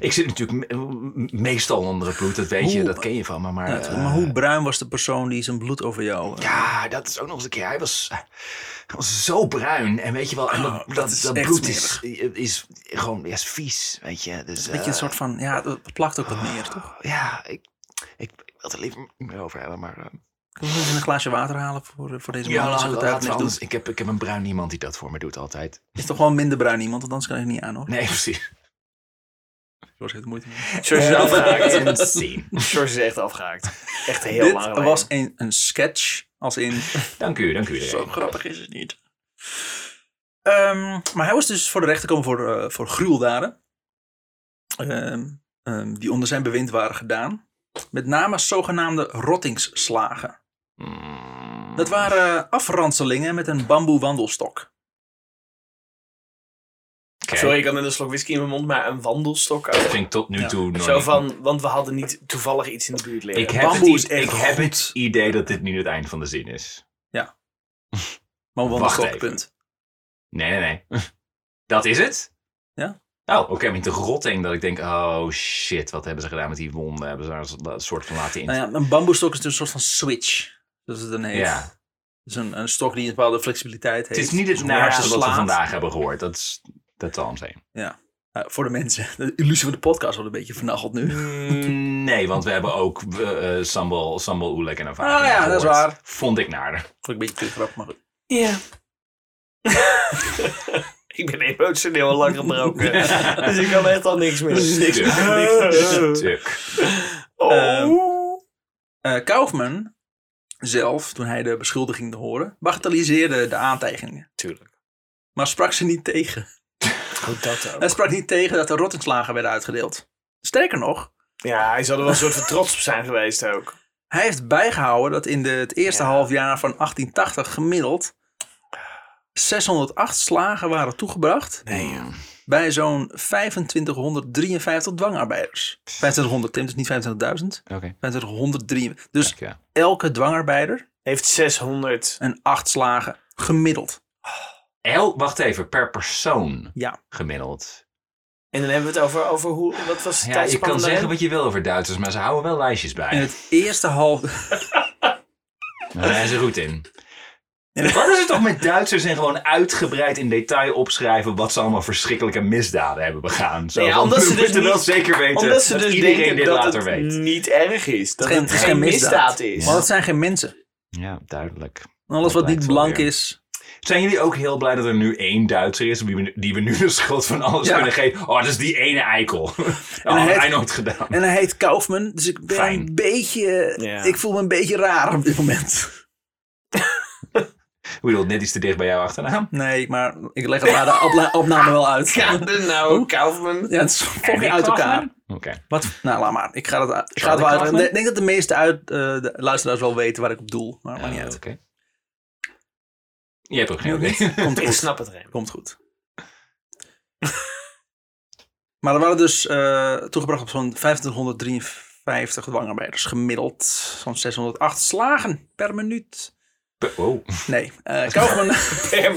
ik zit natuurlijk me- me- meestal onder het bloed, dat weet je, Hoe- dat ken je van me, maar... Ja, het- eh, maar hoe bruin was de persoon die zijn bloed over jou... eh, Ja, dat is ook nog eens een keer. Hij was, hij was zo bruin. En weet je wel, en dat, Oh, dat, dat is dat echt bloed is, eh, is gewoon is vies, weet je. Dus, oh, Een beetje een soort van, ja, het plakt ook wat Ah. meer, toch? Ja, ik, ik, ik wil het er liever niet meer over hebben, maar... eh, Kunnen we even een glaasje water halen voor, eh, voor deze man? ja, als laat- ik het laat uit het mag doen? anders. Ik heb, ik heb een bruin iemand die dat voor me doet altijd. Is toch gewoon minder bruin iemand, want anders kan ik het niet aan, hoor. Nee, precies. George heeft moeite mee. George is afgehaakt. Insane. George is echt afgehaakt. Echt heel Dit lang geleden. was een, een sketch, als in... Dank u, dank u Zo iedereen. grappig is het niet. Ehm, maar hij was dus voor de rechter gekomen voor, eh, voor gruweldaden. Ehm, ehm, die onder zijn bewind waren gedaan. Met name zogenaamde rottingsslagen. Mm. Dat waren afranselingen met een bamboe wandelstok. Sorry, ik had net een slok whisky in mijn mond, maar een wandelstok ook. Dat vind ik tot nu Ja. toe nog Zo niet- van, want we hadden niet toevallig iets in de buurt liggen. Ik heb, het, Bamboe is i- echt ik heb goed. het idee dat dit nu het eind van de zin is. Maar wel Wacht een even. punt. Nee, nee, nee. Dat is het? Ja. Oh, oké, okay, met de rotting dat ik denk, oh shit, wat hebben ze gedaan met die wonden? Hebben ze daar een soort van laten in? Nou ja, een bamboestok is dus een soort van switch. Dat is het dan heet. Ja. Dus een, een stok die een bepaalde flexibiliteit het heeft. is niet het Dus naarste waar wat we slaat- vandaag hebben gehoord. Dat is, dat zal hem zijn. Ja, Nou, voor de mensen. De illusie van de podcast wordt een beetje vernageld nu. Mm, nee, want we hebben ook eh, eh, Sambal, Sambal Oelek en een vagina Ah, ja, dat is gehoord. waar. Vond ik naarder. Vond ik een beetje te grap, maar goed. Ja. ik ben emotioneel al lang gebroken. dus ik kan echt al niks meer. Niks. Stuk. Niks. Stuk. Ehm, Oh. Ehm, Eh, Kaufman zelf, toen hij de beschuldiging te horen, bagatelliseerde de aantijgingen. Tuurlijk. Maar sprak ze niet tegen. Goed dat Hij sprak niet tegen dat er rottingslagen werden uitgedeeld. Sterker nog, Ja, hij zou er wel een soort van trots op zijn geweest ook. Hij heeft bijgehouden dat in de, het eerste Ja. halfjaar van 1880 gemiddeld 608 slagen waren toegebracht Nee. bij zo'n 2553 dwangarbeiders. 2500, Tim, dus niet 25.000. Oké, 2503. Dus dank je. elke dwangarbeider Heeft 600. een 8 slagen gemiddeld. El, wacht even, per persoon Ja. gemiddeld. En dan hebben we het over, over hoe, wat was de Ja, je tijdspanne kan dan? zeggen wat je wil over Duitsers, maar ze houden wel lijstjes bij. In het eerste half... Daar zijn ze goed in. Wat is het toch met Duitsers en gewoon uitgebreid in detail opschrijven wat ze allemaal verschrikkelijke misdaden hebben begaan? Zo, Nee, ja, van, omdat we ze dus moeten wel niet- zeker weten Omdat ze dat dus iedereen denken dit dat later het weet. niet erg is. Dat Geen- het geen geen misdaad misdaad. is. Want het zijn geen mensen. Ja, duidelijk. Alles Dat wat niet lijkt wel blank weer. is. Zijn jullie ook heel blij dat er nu één Duitser is die we, die we nu de schuld van alles Ja. kunnen geven? Oh, dat is die ene eikel. Oh, Dat had het- hij nooit gedaan. En hij heet Kaufman, dus ik ben Fijn. een beetje... Ja. Ik voel me een beetje raar op dit moment. Ik bedoel, net iets te dicht bij jouw achternaam. Nee, maar ik leg het na de opla- opname wel uit. Ja, Ja, nou, Kaufman. het is fucking Eric uit elkaar. Kaufman? Oké. Wat? Nou, laat maar. Ik ga het, uit- ik ga het Charlie wel uitleggen. Kaufman? Ik denk dat de meeste uit, eh, de luisteraars wel weten waar ik op doel. Maar maakt niet Eh, uit. oké. Je hebt ook geen Nu ook idee. Komt Ik goed. snap het, Rem. Komt goed. maar er waren dus eh, toegebracht op zo'n 2553 dwangarbeiders. Gemiddeld zo'n 608 slagen per minuut. Wow. Nee, eh Kaufman...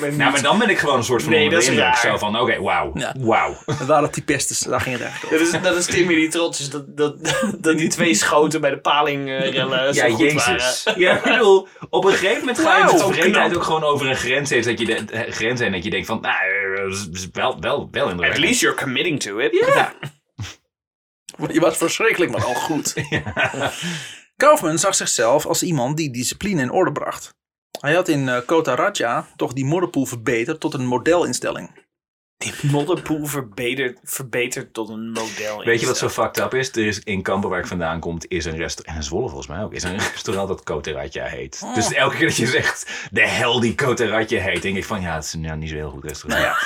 Nou, maar dan ben ik gewoon een soort van Nee, onder de dat is indruk. raar. Zo van, oké, wauw. Ja. Wauw. het waren typistes, daar ging het eigenlijk Dat is, dat is Timmy die trots is dat, dat, dat die twee schoten bij de paling eh, rellen zo Ja, goed waren. Jezus. Ja, ik bedoel, op een gegeven moment ga je Wauw, met tevredenheid knap. ook gewoon over een grens heen. Dat je, de, eh, grens heen, dat je denkt van, nou, eh, is- is wel, wel, wel in de At least you're committing to it. om. Je was verschrikkelijk, maar al goed. Ja. Kaufman zag zichzelf als iemand die discipline in orde bracht. Hij had in eh, Kota Raja toch die modderpoel verbeterd tot een modelinstelling. Die modderpoel verbetert, verbetert tot een model. Weet je wat zo fucked up is? Er is in Kampen waar ik vandaan kom, is een restaurant, en in Zwolle volgens mij ook, is een restaurant dat Koteratja heet. Ah. Dus elke keer dat je zegt, de hel die Koteratja heet, denk ik van, ja, het is nou, niet zo'n heel goed restaurant.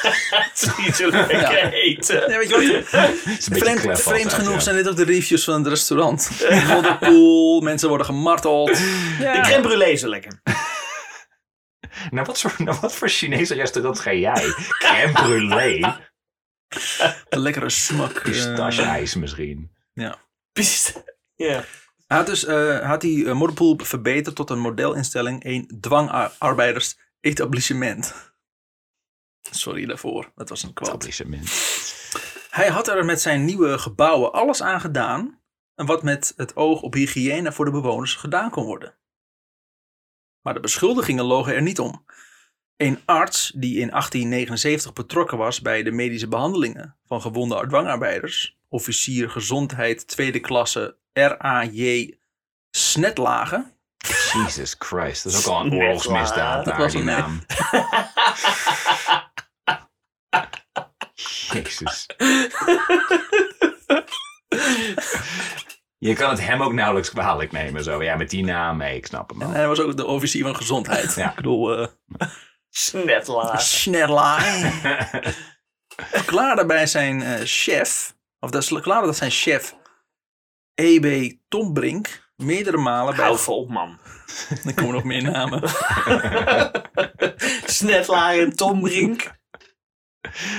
is? Die zullen lekker eten. Nee, weet je wat? Het is een beetje klef Vreemd, vreemd altijd, genoeg ja. zijn dit ook de reviews van het restaurant. modderpoel, mensen worden gemarteld. De crème brûlée is wel lekker. Naar Nou, wat, voor, naar wat voor Chinese restaurant ga jij? Crème brûlée? Een lekkere smak. Eh, Pistache-ijs misschien. Pist. Ja. Hij had, dus, eh, had die eh, modderpoel verbeterd tot een modelinstelling, een dwangarbeiders-etablissement. Sorry daarvoor, dat was een Dat quote. is het minst. Hij had er met zijn nieuwe gebouwen alles aan gedaan. En wat met het oog op hygiëne voor de bewoners gedaan kon worden. Maar de beschuldigingen logen er niet om. Een arts die in 1879 betrokken was bij de medische behandelingen van gewonde dwangarbeiders, officier gezondheid tweede klasse R.A.J. Snetlagen, Jesus Christ, dat is ook al een Net waar. oorlogsmisdaad Dat daar, was die een- naam. Jezus. Je kan het hem ook nauwelijks kwalijk nemen, zo. Ja, met die naam, nee, ik snap hem en al. hij was ook de officier van gezondheid. Ja. Ik bedoel, eh, Snetlaar. Snetlagen. klaarde bij zijn eh, chef, of dat is klaarde dat zijn chef E.B. Tombrink meerdere malen bij. Hou vol op, man. Er komen nog meer namen. Snetlaar en Tom Brink.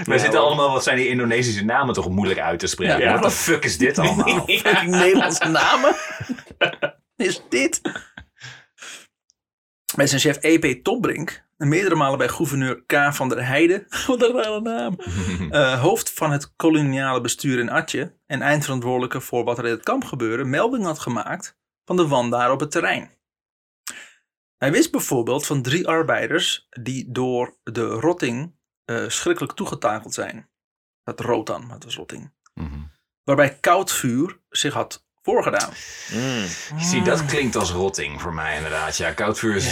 We zitten allemaal, wat zijn die Indonesische namen toch moeilijk uit te spreken? Ja. What the fuck is dit allemaal? Fucking Nederlandse namen. is dit? Bij zijn chef E.P. Topbrink, en meerdere malen bij gouverneur K. van der Heijden, wat een rare naam, eh, hoofd van het koloniale bestuur in Atje en eindverantwoordelijke voor wat er in het kamp gebeurde, melding had gemaakt van de wandaar op het terrein. Hij wist bijvoorbeeld van drie arbeiders die door de rotting eh, schrikkelijk toegetakeld zijn. Dat rood dan, maar het was rotting Mhm. waarbij koud vuur zich had voorgedaan. Mm. Ah. Zie, dat klinkt als rotting voor mij inderdaad. Ja, koudvuur is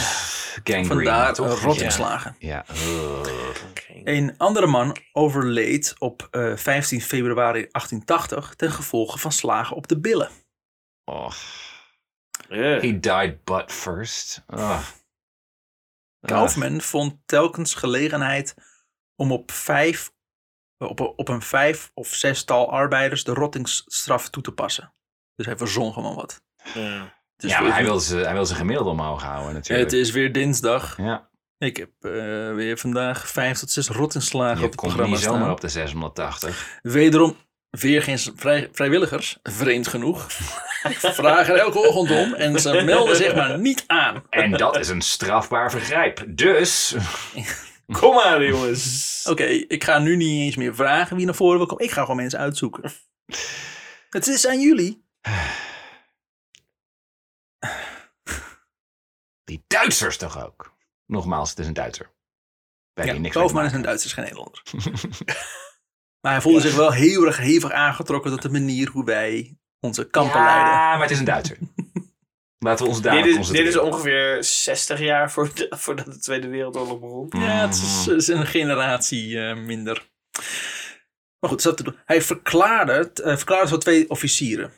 gangrene, Vandaar eh, toch? rot rottingslagen. Ja. ja. Ugh. Een andere man overleed op eh, 15 februari 1880 ten gevolge van slagen op de billen. Och. Eh. He died butt first. Ugh. Ah. Kaufman vond telkens gelegenheid om op, vijf, op, een- op een vijf of zestal arbeiders de rottingsstraf toe te passen. Dus hij verzon gewoon wat. Het is ja, weer- maar hij wil, ze, hij wil zijn gemiddelde omhoog houden natuurlijk. het is weer dinsdag. ja, Ik heb eh, weer vandaag vijf tot zes rottingslagen op je het komt programma niet staan. zomaar op de 680. Wederom weer geen s- vrij- vrijwilligers, vreemd genoeg. Vragen er elke ochtend om en ze melden zich maar niet aan. En dat is een strafbaar vergrijp. Dus, Kom maar, jongens. Oké, ik ga nu niet eens meer vragen wie naar voren wil komen. Ik ga gewoon mensen uitzoeken. Het is aan jullie. die Duitsers toch ook. Nogmaals, het is een Duitser. Wij Ja, die niks Kaufman mee is een Duitser, is geen Nederlander. maar hij voelde zich wel heel erg hevig aangetrokken tot de manier hoe wij onze kampen leiden. Ja, maar het is een Duitser. Laten we ons daarop Dit is, dit concentreren. is ongeveer 60 jaar voor de- voordat de Tweede Wereldoorlog begon. Ja, het is, het is een generatie eh, minder. Maar goed, zat te doen. Hij verklaarde, het, eh, verklaarde het voor twee officieren.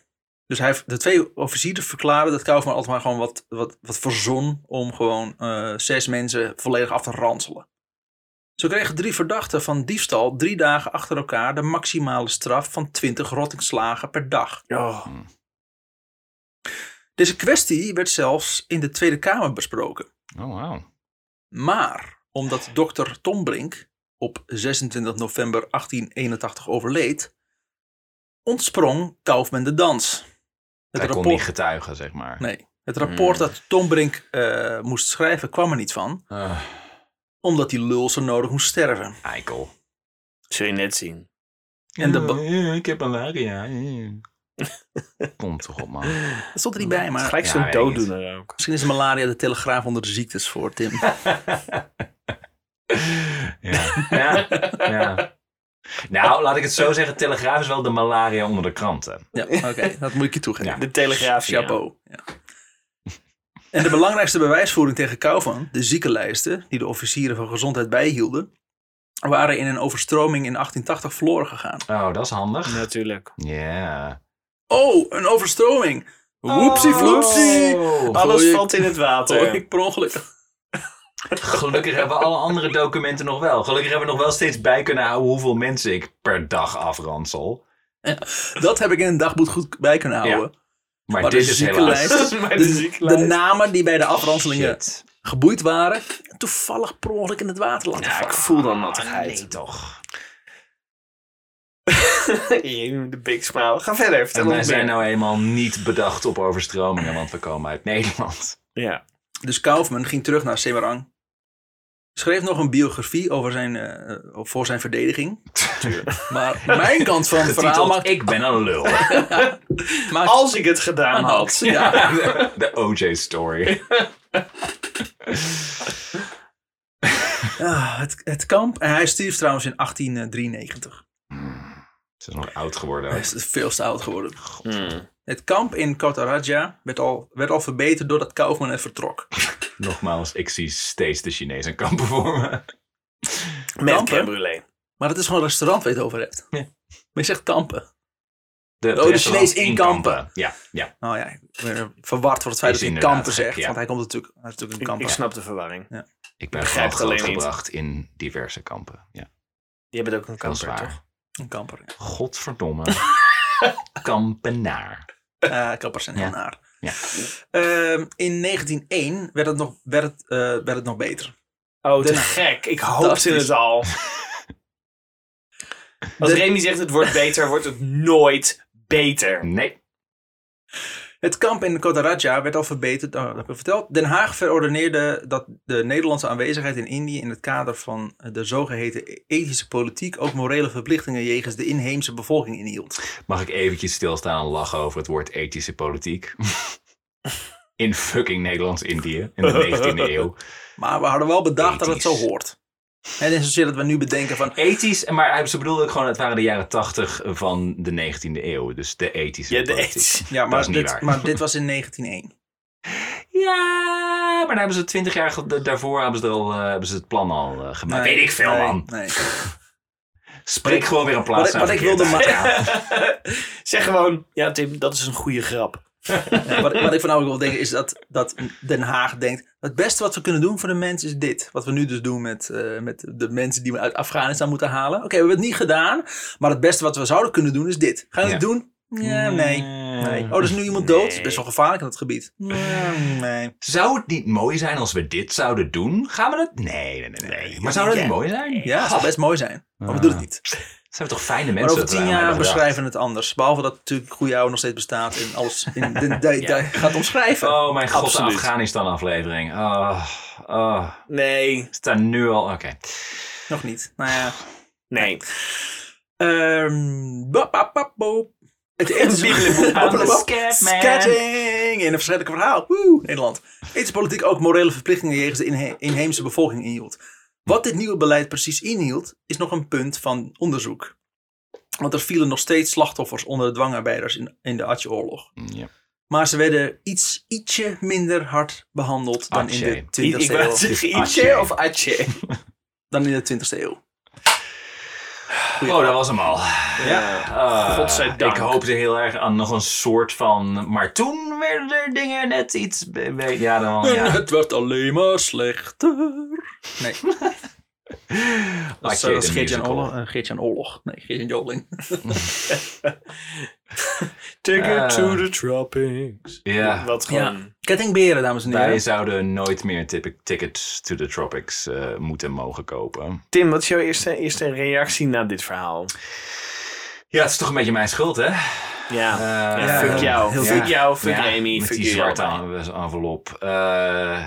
Dus hij, de twee officieren verklaarden dat Kaufman altijd maar gewoon wat, wat, wat verzon om gewoon eh, zes mensen volledig af te ranselen. Zo kregen drie verdachten van diefstal drie dagen achter elkaar de maximale straf van 20 rottingslagen per dag. Deze kwestie werd zelfs in de Tweede Kamer besproken. Oh, wow. Maar omdat dokter Tom Brink op 26 november 1881 overleed, ontsprong Kaufman de dans. Het Hij kon rapport, niet Hmm. getuigen, zeg maar. nee, het rapport dat Tom Brink eh, moest schrijven kwam er niet van, Ah, omdat die lul zo nodig moest sterven. eikel. Zul je net zien. En de ba- Ja, ik heb malaria. ja. Kom toch op, man. dat stond er niet bij, maar Gelijk zo'n Ja, weet ik niet. dooddoener ook. misschien is malaria de telegraaf onder de ziektes voor Tim. ja. ja, ja. Nou, laat ik het zo zeggen. Telegraaf is wel de malaria onder de kranten. Ja, oké, dat moet ik je toegeven. Ja. De Telegraaf. ja. Chapeau. Ja. En de belangrijkste bewijsvoering tegen Kaufman, de ziekenlijsten die de officieren van gezondheid bijhielden, waren in een overstroming in 1880 verloren gegaan. Oh, dat is handig. Ja. Natuurlijk. Oh, een overstroming! Oh. Woepsie vloepsie! Oh. Alles Goeie- valt in het water. Oh, ik per ongeluk. Gelukkig hebben we alle andere documenten nog wel. Gelukkig hebben we nog wel steeds bij kunnen houden hoeveel mensen ik per dag afransel. Dat heb ik in een dagboek goed bij kunnen houden. Maar, Maar dit de is helaas... ziekenlijst- Maar de De, de ziekenlijst. namen die bij de afranselingen Shit. geboeid waren, toevallig per ongeluk in het water laten Ja, ik vallen. voel dan Ah, nattigheid. nee, toch. de big smile. Ga verder, vertel En wij ons zijn meer. nou eenmaal niet bedacht op overstromingen, want we komen uit Nederland. Ja. Dus Kaufman ging terug naar Semarang. Schreef nog een biografie over zijn, eh, voor zijn verdediging. Maar mijn kant van het verhaal Getiteld, maakt ik ben een lul. Maar Als ik het gedaan had. Ja. de, de OJ story. Ah, het, het kamp. En hij stierf trouwens in 1893. Ze is nog oud geworden. Hij ook. is veel te oud geworden. Hmm. Het kamp in Kotaraja werd al, werd al verbeterd doordat Kaufman er vertrok. Nogmaals, ik zie steeds de Chinese kampen voor me. Met Kampen? crème brûlée. Maar het is gewoon een restaurant waar je het over hebt. Ja. Maar je zegt kampen. de De, restaurants Chinees in Kampen. Ja, ja. Nou ja, ik ben verward voor het feit Is dat hij inderdaad kampen gek, zegt. ja. Want hij komt natuurlijk, hij is natuurlijk Ik, een ik kamper. snap de verwarring. Ik ben gewoon Begrijp het alleen niet. grootgebracht in diverse kampen. Ja, Je bent ook een dat is kamper, toch? waar. Een kamper. ja. Godverdomme. Kampenaar. Eh, kappers zijn heel Ja. naar. Ja. Ehm, in 1901 werd het nog, werd het, eh, werd het nog beter. Oh, te Den- gek. Ik hoopte Fantastisch. het al. Als Remy zegt het wordt beter, wordt het nooit beter. Nee. Het kamp in Kotaraja werd al verbeterd, oh, dat heb ik al verteld. Den Haag verordeneerde dat de Nederlandse aanwezigheid in Indië in het kader van de zogeheten ethische politiek ook morele verplichtingen jegens de inheemse bevolking inhield. Mag ik eventjes stilstaan en lachen over het woord ethische politiek? In fucking Nederlands-Indië in de 19e eeuw. Maar we hadden wel bedacht dat het zo Ethisch. hoort. En het is zozeer dat we nu bedenken van, Ethisch, maar ze bedoelde ook gewoon, het waren de jaren 80 van de 19e eeuw. Dus de ethische Ja, de politiek. ethische- ja, Dat is maar, niet dit, waar. maar dit was in 1901. Ja, maar daar hebben ze twintig jaar ge- da- daarvoor hebben ze, er al, eh, hebben ze het plan al eh, gemaakt. Nee, Weet ik veel, nee, man. Nee. Spreek gewoon weer een plaats Wat ik- aan wat ik verkeerd wilde uit. ma- Ja. zeg gewoon, ja Tim, dat is een goede grap. Ja, wat, ik- wat ik voornamelijk wil denken is dat, dat Den Haag denkt: het beste wat we kunnen doen voor de mens is dit. Wat we nu dus doen met, eh, met de mensen die we uit Afghanistan moeten halen. Oké, we hebben het niet gedaan, maar het beste wat we zouden kunnen doen is dit. Gaan we het Ja. doen? Ja, nee. nee. Oh, er is nu iemand dood. Dat is best wel gevaarlijk in dat gebied. Ja, nee. Zou het niet mooi zijn als we dit zouden doen? Gaan we dat? Nee, nee, nee. nee. maar zou dat Ja. niet mooi zijn? Ja, het zou best mooi zijn, maar we doen het niet. Zijn we toch fijne mensen? Maar over dat we tien daaraan jaar hebben gedacht. beschrijven we het anders. Behalve dat natuurlijk Goeie Oude nog steeds bestaat en alles in de, de- de- gaat omschrijven. Oh mijn god, de Absoluut. Afghanistan aflevering. Oh, oh. Nee, Staat nu al... Oké. Nog niet. Nou ja. nee. Ehm, bap, bap, bap, boop. Het ethische Biebelenboep aan de Bop, bop, bop. scat, man. Scatting! In een verschrikkelijk verhaal. Woe, Nederland. Ethische politiek ook morele verplichtingen jegens de inhe- inheemse bevolking inhield. Wat dit nieuwe beleid precies inhield, is nog een punt van onderzoek. Want er vielen nog steeds slachtoffers onder de dwangarbeiders in, in de Atje-oorlog. Ja. Maar ze werden iets, ietsje minder hard behandeld dan in, Atje. de Ik, ik 20e wou eeuw, zeggen Atje. Ietje of Atje. dan in de 20e eeuw. Oh, dat was hem al. Ja. Ah, Ik Godzijdank. hoopte heel erg aan nog een soort van. Maar toen werden er dingen net iets. be- be- Ja, dan. Ja. Het werd alleen maar slechter. Nee. Dat is, Like dat is the Geert-Jan musical. Oorlog. eh, Geert-Jan Oorlog. Nee, Geert-Jan Joling. Take Eh. it to the tropics. Ja. Wat gewoon... Kettingberen, dames en heren. Wij zouden nooit meer tipi- tickets to the tropics eh, moeten mogen kopen. Tim, wat is jouw eerste, eerste reactie na dit verhaal? Ja, het is toch een beetje mijn schuld, hè? Ja. Eh, Ja, fuck heel- jou. heel fuck veel. jou, fuck Ja, Amy, met fuck die jullie zwarte allemaal. en- envelop. Eh,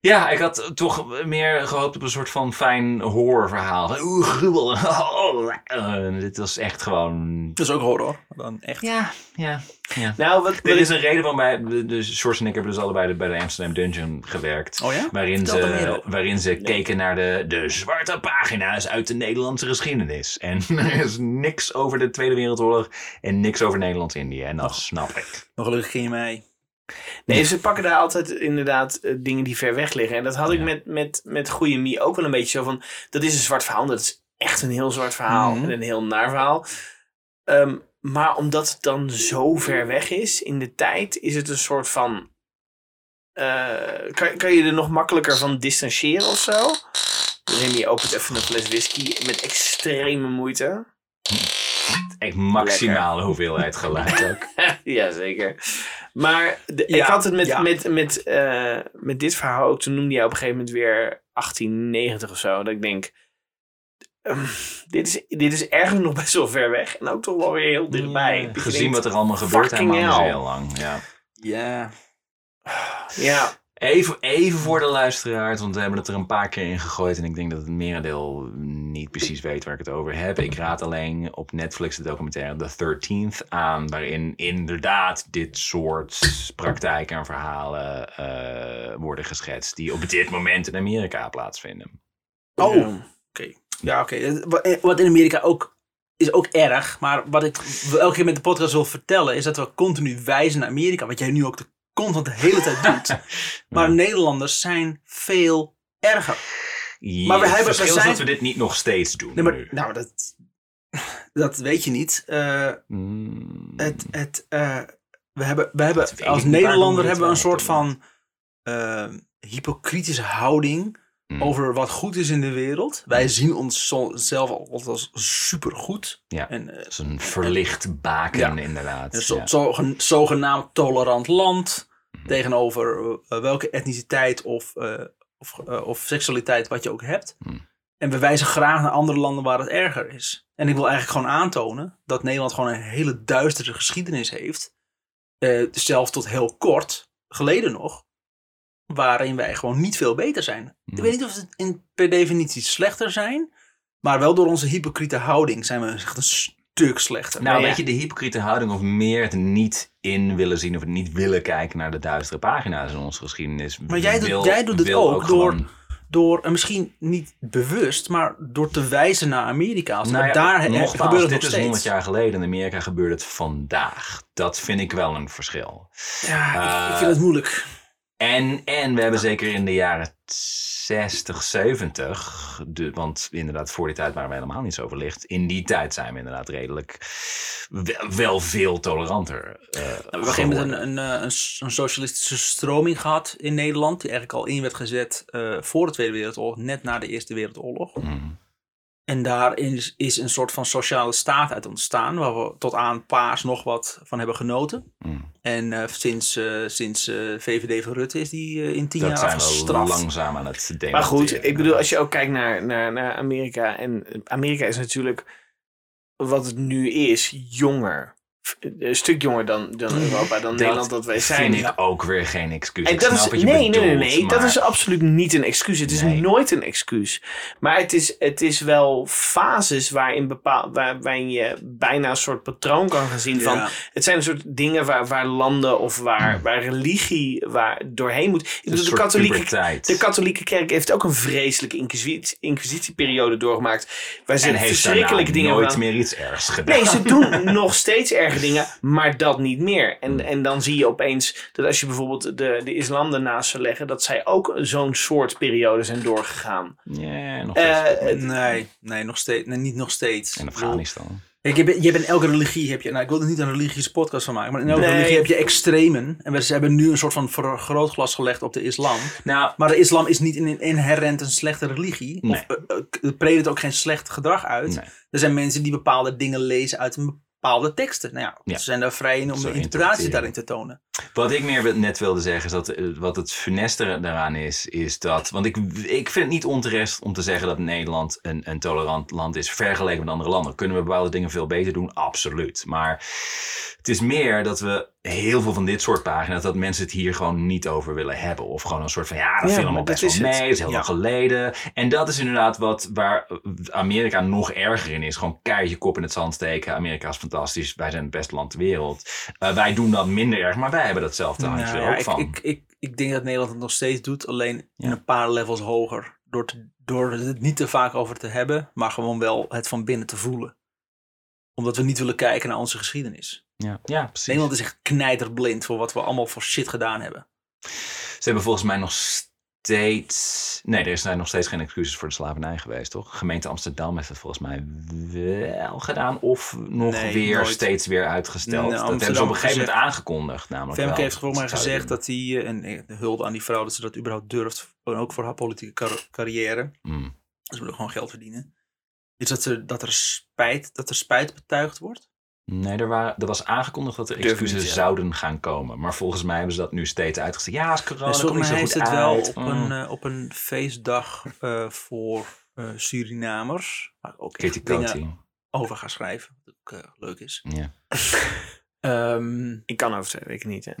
ja, ik had toch meer gehoopt op een soort van fijn horrorverhaal. Van, Oeh, gruwel. Eh, dit was echt gewoon... Dat is ook horror. Dan echt. Ja, ja, ja. Nou, wat, wat Er is ik, een reden waarom wij, dus George en ik hebben dus allebei de- bij de Amsterdam Dungeon gewerkt. Oh ja? Waarin Vertel er meer ze, over. waarin ze keken naar de, de zwarte pagina's uit de Nederlandse geschiedenis. En er is niks over de Tweede Wereldoorlog en niks over Nederlands-Indië. En Oh. dat snap ik. Maar gelukkig ging je mee. nee, ze pakken daar altijd inderdaad eh, dingen die ver weg liggen. En dat had ik Ja. met, met, met Goeie Mie ook wel een beetje zo van... Dat is een zwart verhaal. Dat is echt een heel zwart verhaal. Mhm. En een heel naar verhaal. Ehm, maar omdat het dan zo ver weg is in de tijd... Is het een soort van... eh, kan, kan je er nog makkelijker van distancieren of zo? Remy opent even een fles whisky met extreme moeite. Echt maximale hoeveelheid geluid ook. Jazeker. Maar de- ik Ja, had het met, ja. met, met, eh, met dit verhaal ook. Toen noemde jij op een gegeven moment weer 1890 of zo. Dat ik denk, ehm, dit, is, dit is ergens nog best wel ver weg. En ook toch wel weer heel dichtbij. Ja, Dat je Gezien denkt, wat er allemaal gebeurt, fucking helemaal niet zo hell. heel lang. Ja. Ja. Ja, Even, even voor de luisteraars, want we hebben het er een paar keer in gegooid. En ik denk dat het merendeel niet precies weet waar ik het over heb. Ik raad alleen op Netflix de documentaire The 13th aan. Waarin inderdaad dit soort praktijken en verhalen eh, worden geschetst. Die op dit moment in Amerika plaatsvinden. Oh. Ja, oké. Wat- Wat in Amerika ook is ook erg. Maar wat ik elke keer met de podcast wil vertellen... is dat we continu wijzen naar Amerika. Wat jij nu ook de constant de hele tijd doet. Maar Nederlanders zijn veel erger. Maar maar we we het hebben- we verschil is zijn- dat we dit niet nog steeds doen. Nee, maar, nu. nou, dat, dat weet je niet. Eh, Mm. het, het, eh, we hebben, we hebben Dat weet als ik niet waarom Nederlander we hebben we een dit wel soort van eh, hypocritische houding Mm. over wat goed is in de wereld. Wij zien onszelf altijd als supergoed. Ja. En, eh, Dat is een verlicht baken, Ja. inderdaad. een soort Ja. Mhm. zogen- Dus zogenaamd tolerant land tegenover eh, welke etniciteit of, eh, of, eh, of seksualiteit wat je ook hebt. Mm. En we wijzen graag naar andere landen waar het erger is. En ik wil eigenlijk gewoon aantonen dat Nederland gewoon een hele duistere geschiedenis heeft. Eh, zelfs tot heel kort geleden nog. Waarin wij gewoon niet veel beter zijn. Ik Mhm. weet niet of we in, per definitie slechter zijn. Maar wel door onze hypocriete houding zijn we echt een stuk slechter. Nou, Nou ja. weet je, de hypocriete houding of meer het niet in willen zien of het niet willen kijken naar de duistere pagina's in onze geschiedenis. Maar jij doet- Wil- jij doet het wil ook door- gewoon- door, en misschien niet bewust, maar door te wijzen naar Amerika. Als Nou ja, want daar he- nogmaals, gebeurt het dit nog is steeds. 100 jaar geleden. In Amerika gebeurt het vandaag. Dat vind ik wel een verschil. Ja, ik, ik Eh, vind het moeilijk. En, en we hebben zeker in de jaren 60, 70, de, want inderdaad voor die tijd waren we helemaal niet zo verlicht. In die tijd zijn we inderdaad redelijk wel, wel veel toleranter. Nou, we eh, hebben op een gegeven geworden. moment een, een, eh, een, s- een socialistische stroming gehad in Nederland. Die eigenlijk al in werd gezet eh, voor de Tweede Wereldoorlog, net na de Eerste Wereldoorlog. Mhm. En daarin is, is een soort van sociale staat uit ontstaan, waar we tot aan Paas nog wat van hebben genoten. Mm. En eh, sinds, eh, sinds eh, VVD van Rutte is die eh, in tien Dat jaar zijn we afgestraft. langzaam aan het denken. Maar goed, ik bedoel, als je ook kijkt naar, naar, naar Amerika. En Amerika is natuurlijk, wat het nu is, jonger. Een stuk jonger dan, dan Europa, dan Nederland dat wij zijn. Mm. Vind ik ook weer geen excuus. En Ik dat snap is, wat je nee, nee, nee, bedoelt, nee, dat maar- is absoluut niet een excuus. Het is Nee. nooit een excuus. Maar het is, het is wel fases waarin, bepaal, waar, waarin je bijna een soort patroon kan gaan zien. Van, Ja. het zijn een soort dingen waar, waar landen of waar, waar religie waar doorheen moet. Ik Hmm. Een bedoel, de soort katholieke puberteit. de katholieke kerk heeft ook een vreselijke inquisitie, inquisitieperiode doorgemaakt. Waar ze en heeft daarna verschrikkelijke dingen nooit gedaan. meer iets ergs gedaan. Nee, ze doen nog steeds erge dingen, maar dat niet meer. En, en dan zie je opeens dat als je bijvoorbeeld de, de islam ernaast zou leggen, dat zij ook zo'n soort periode zijn doorgegaan. Ja, nog Eh, steeds. Nee, nee, nog steeds, nee, niet nog steeds. in Ik bedoel, Afghanistan. Kijk, je, hebt, je hebt in elke religie heb je, nou ik wil er niet een religieuze podcast van maken, maar in elke Nee. religie heb je extremen. En we ze hebben nu een soort van vergrootglas gelegd op de islam. Nou, Maar de islam is niet in, in- inherent een slechte religie. Nee. Of eh, eh, het predikt ook geen slecht gedrag uit. Nee. Er zijn mensen die bepaalde dingen lezen uit een bepaalde teksten. Nou ja, Ja. ze zijn daar vrij in om Zo de interpretatie interpreteren. daarin te tonen. Wat ik meer net wilde zeggen is dat eh, wat het funeste daaraan is, is dat. Want ik, ik vind het niet onterecht om te zeggen dat Nederland een, een tolerant land is vergeleken met andere landen. Kunnen we bepaalde dingen veel beter doen? Absoluut. Maar het is meer dat we heel veel van dit soort pagina's, dat mensen het hier gewoon niet over willen hebben. Of gewoon een soort van ja, dat Ja, viel allemaal maar best dat wel is mee. het. Dat is heel Ja. lang geleden. En dat is inderdaad wat waar Amerika nog erger in is. Gewoon keihard je kop in het zand steken. Amerika is fantastisch. Wij zijn het beste land ter wereld. Eh, wij doen dat minder erg, maar wij hebben datzelfde handje Nou er ja, ook ik, van. ik, ik, ik denk dat Nederland het nog steeds doet, alleen Ja. in een paar levels hoger. Door, te- door het niet te vaak over te hebben, maar gewoon wel het van binnen te voelen. Omdat we niet willen kijken naar onze geschiedenis. ja, ja, precies. Nederland is echt knijterblind voor wat we allemaal voor shit gedaan hebben. Ze hebben volgens mij nog steeds... Nee, er zijn nog steeds geen excuses voor de slavernij geweest, toch? Gemeente Amsterdam heeft het volgens mij wel gedaan. Of nog Nee, weer nooit. steeds weer uitgesteld. Nee, dat Amsterdam hebben ze op een gegeven gezegd- moment aangekondigd. Namelijk Femke wel. heeft volgens mij Ze zouden gezegd dat hij, eh, en eh, de hulde aan die vrouw, dat ze dat überhaupt durft. En ook voor haar politieke car- carrière. doen. Mm. Ze moet ook gewoon geld verdienen. Is dat er, dat er, spijt, dat er spijt betuigd wordt? Nee, er, waren, er was aangekondigd dat er Durf excuses niet, ja. zouden gaan komen. Maar volgens mij hebben ze dat nu steeds uitgesteld. Ja, is corona, Nee, komt volgens niet zo mij goed heeft het uit. wel op Mm. een, eh, op een feestdag eh, voor eh, Surinamers. Waar ik ook Kitty echt dingen Coty. over ga schrijven. Wat ook eh, leuk is. Ja. Ehm Ik kan over twee weken niet. Hè.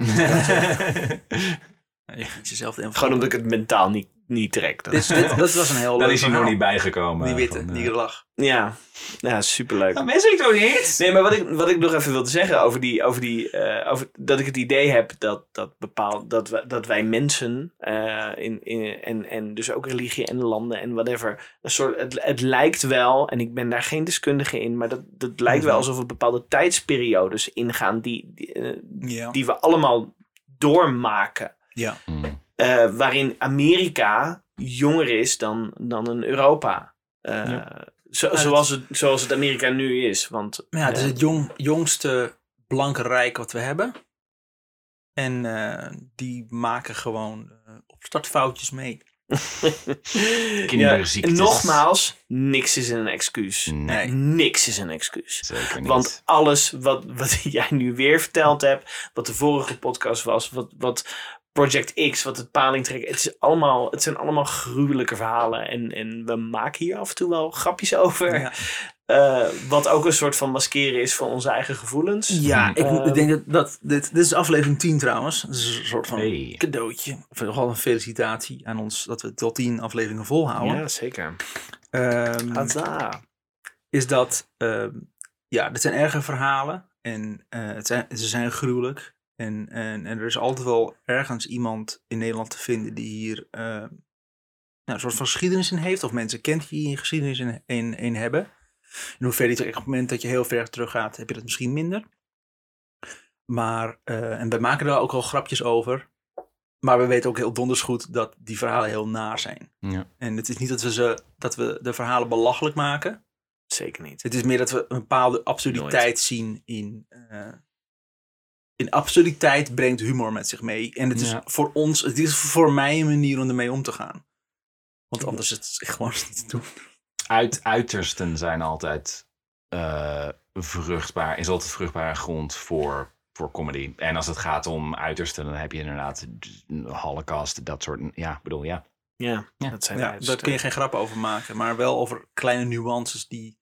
je vindt jezelf de Gewoon omdat ik het mentaal niet, niet trek. Dat dit, is, dit- Dat was een heel leuk Dan is hij nog verhaal. niet bijgekomen. Die witte, van, eh, die lach. ja. ja, superleuk. Dat mis ik toch niet? Nee, maar wat ik, wat ik nog even wilde zeggen over die. Over die eh, over, dat ik het idee heb dat, dat, bepaald, dat, we, dat wij mensen. eh, in, in, en, en dus ook religie en landen en whatever. Een soort, het, het lijkt wel, en ik ben daar geen deskundige in. maar dat, dat lijkt wel alsof we bepaalde tijdsperiodes ingaan. die, die, eh, Ja. die we allemaal doormaken. ja. Mm. Eh, waarin Amerika jonger is dan, dan een Europa. Eh, zo, dat- zoals, het, zoals het Amerika nu is. Want, Maar Nou ja, het is eh, het jong, jongste blanke rijk wat we hebben. En eh, die maken gewoon eh, opstartfoutjes mee. Kinderziektes. Ja, nogmaals, niks is een excuus. Nee, Niks is een excuus. zeker niet. Want alles wat, wat jij nu weer verteld hebt, wat de vorige podcast was, wat, wat Project X, wat het paling trekt. Het, is allemaal, het zijn allemaal gruwelijke verhalen. En, en we maken hier af en toe wel grapjes over. Ja. Eh, wat ook een soort van maskeren is van onze eigen gevoelens. Ja, ik moet- Ehm. ik denk dat, dat dit, dit is aflevering 10 trouwens. Het is een soort van Hey. cadeautje. Of nogal een felicitatie aan ons dat we tot 10 afleveringen volhouden. zeker. Ah, Ehm, Hazza. is dat, ehm, ja, dit zijn erge verhalen. En eh, het zijn, ze zijn gruwelijk. En, en, en er is altijd wel ergens iemand in Nederland te vinden die hier ehm, nou, een soort van geschiedenis in heeft. Of mensen kent die hier geschiedenis in, in, in hebben. In hoeverre die op het moment dat je heel ver terug gaat, heb je dat misschien minder. Maar, eh, en we maken daar ook al grapjes over. Maar we weten ook heel donders goed dat die verhalen heel naar zijn. Ja. En het is niet dat we, ze, dat we de verhalen belachelijk maken. Zeker niet. Het is meer dat we een bepaalde absurditeit zien in. eh, in absurditeit brengt humor met zich mee. En het is Ja. voor ons, het is voor mij een manier om ermee om te gaan. Want anders is het gewoon niet te doen. Uit, uitersten zijn altijd eh, vruchtbaar, is altijd vruchtbare grond voor, voor comedy. En als het gaat om uitersten, dan heb je inderdaad holocaust, dat soort. Ja, ik bedoel, ja. Ja, Ja. dat zijn Ja, daar kun je geen grap over maken. Maar wel over kleine nuances die.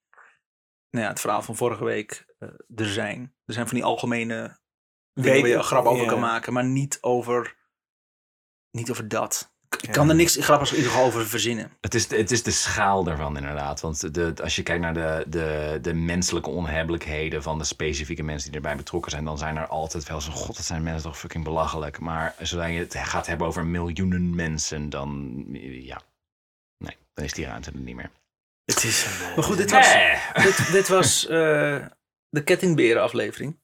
Nou ja, het verhaal van vorige week eh, er zijn. Er zijn van die algemene. dingen Weet- waar je een grap over ja. kan maken, maar niet over. Niet over dat. Ik Ja. kan er niks grappigs in ieder geval over verzinnen. Het is, de- het is de schaal daarvan inderdaad. Want de, als je kijkt naar de, de, de menselijke onhebbelijkheden van de specifieke mensen die erbij betrokken zijn, dan zijn er altijd wel zo, god, dat zijn mensen toch fucking belachelijk. Maar zodra je het gaat hebben over miljoenen mensen, dan ja, nee, dan is die ruimte er niet meer. Het is een, eh, Maar goed, dit een- was- Eh. dit, dit was eh, de kettingberen aflevering.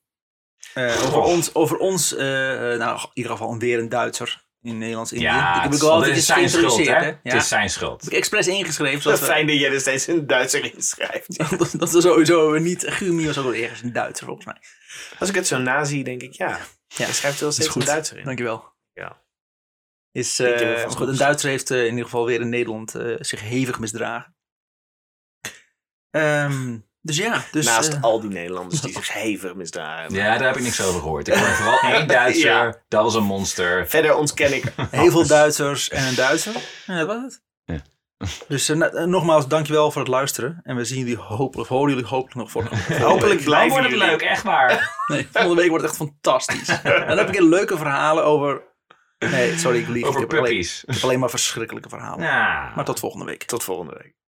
Eh, over Goh. ons, over ons eh, eh, nou in ieder geval weer een Duitser in Nederlands-Indië. Ja, ik heb ook het is, wel het is eventjes zijn schuld, hè? geïntroduceerd, hè? Het Ja. is zijn Heb schuld. ik expres ingeschreven, Wat zodat we, fijn dat jij er steeds een Duitser in schrijft. dat, dat we sowieso niet... Gumi was ook wel ergens een Duitser, volgens mij. Als ik het zo nazie, denk ik, ja, Ja, je schrijft er wel is steeds goed. een Duitser in. Dankjewel. Ja. Is, Ik denk eh, dat we vast goed, een goed Duitser heeft eh, in ieder geval weer in Nederland eh, zich hevig misdragen. Ehm, dus ja. Dus, Naast eh, al die Nederlanders die zich hevig misdragen. Ja, daar heb ik niks over gehoord. Ik hoorde vooral één Duitser, Ja. dat was een monster. Verder ontken ik Heel veel Duitsers en een Duitser. En dat was het. Ja. Dus eh, nou, eh, nogmaals, dankjewel voor het luisteren. En we zien jullie hopelijk, horen jullie hopelijk nog volgende week. Hopelijk Dan blijven wordt het jullie. leuk, echt waar. Nee, volgende week wordt het echt fantastisch. En dan heb ik een leuke verhalen over... Nee, sorry, ik lieg. Over ik, heb alleen, ik puppies. heb alleen maar verschrikkelijke verhalen. Nou. Maar tot volgende week. Tot volgende week.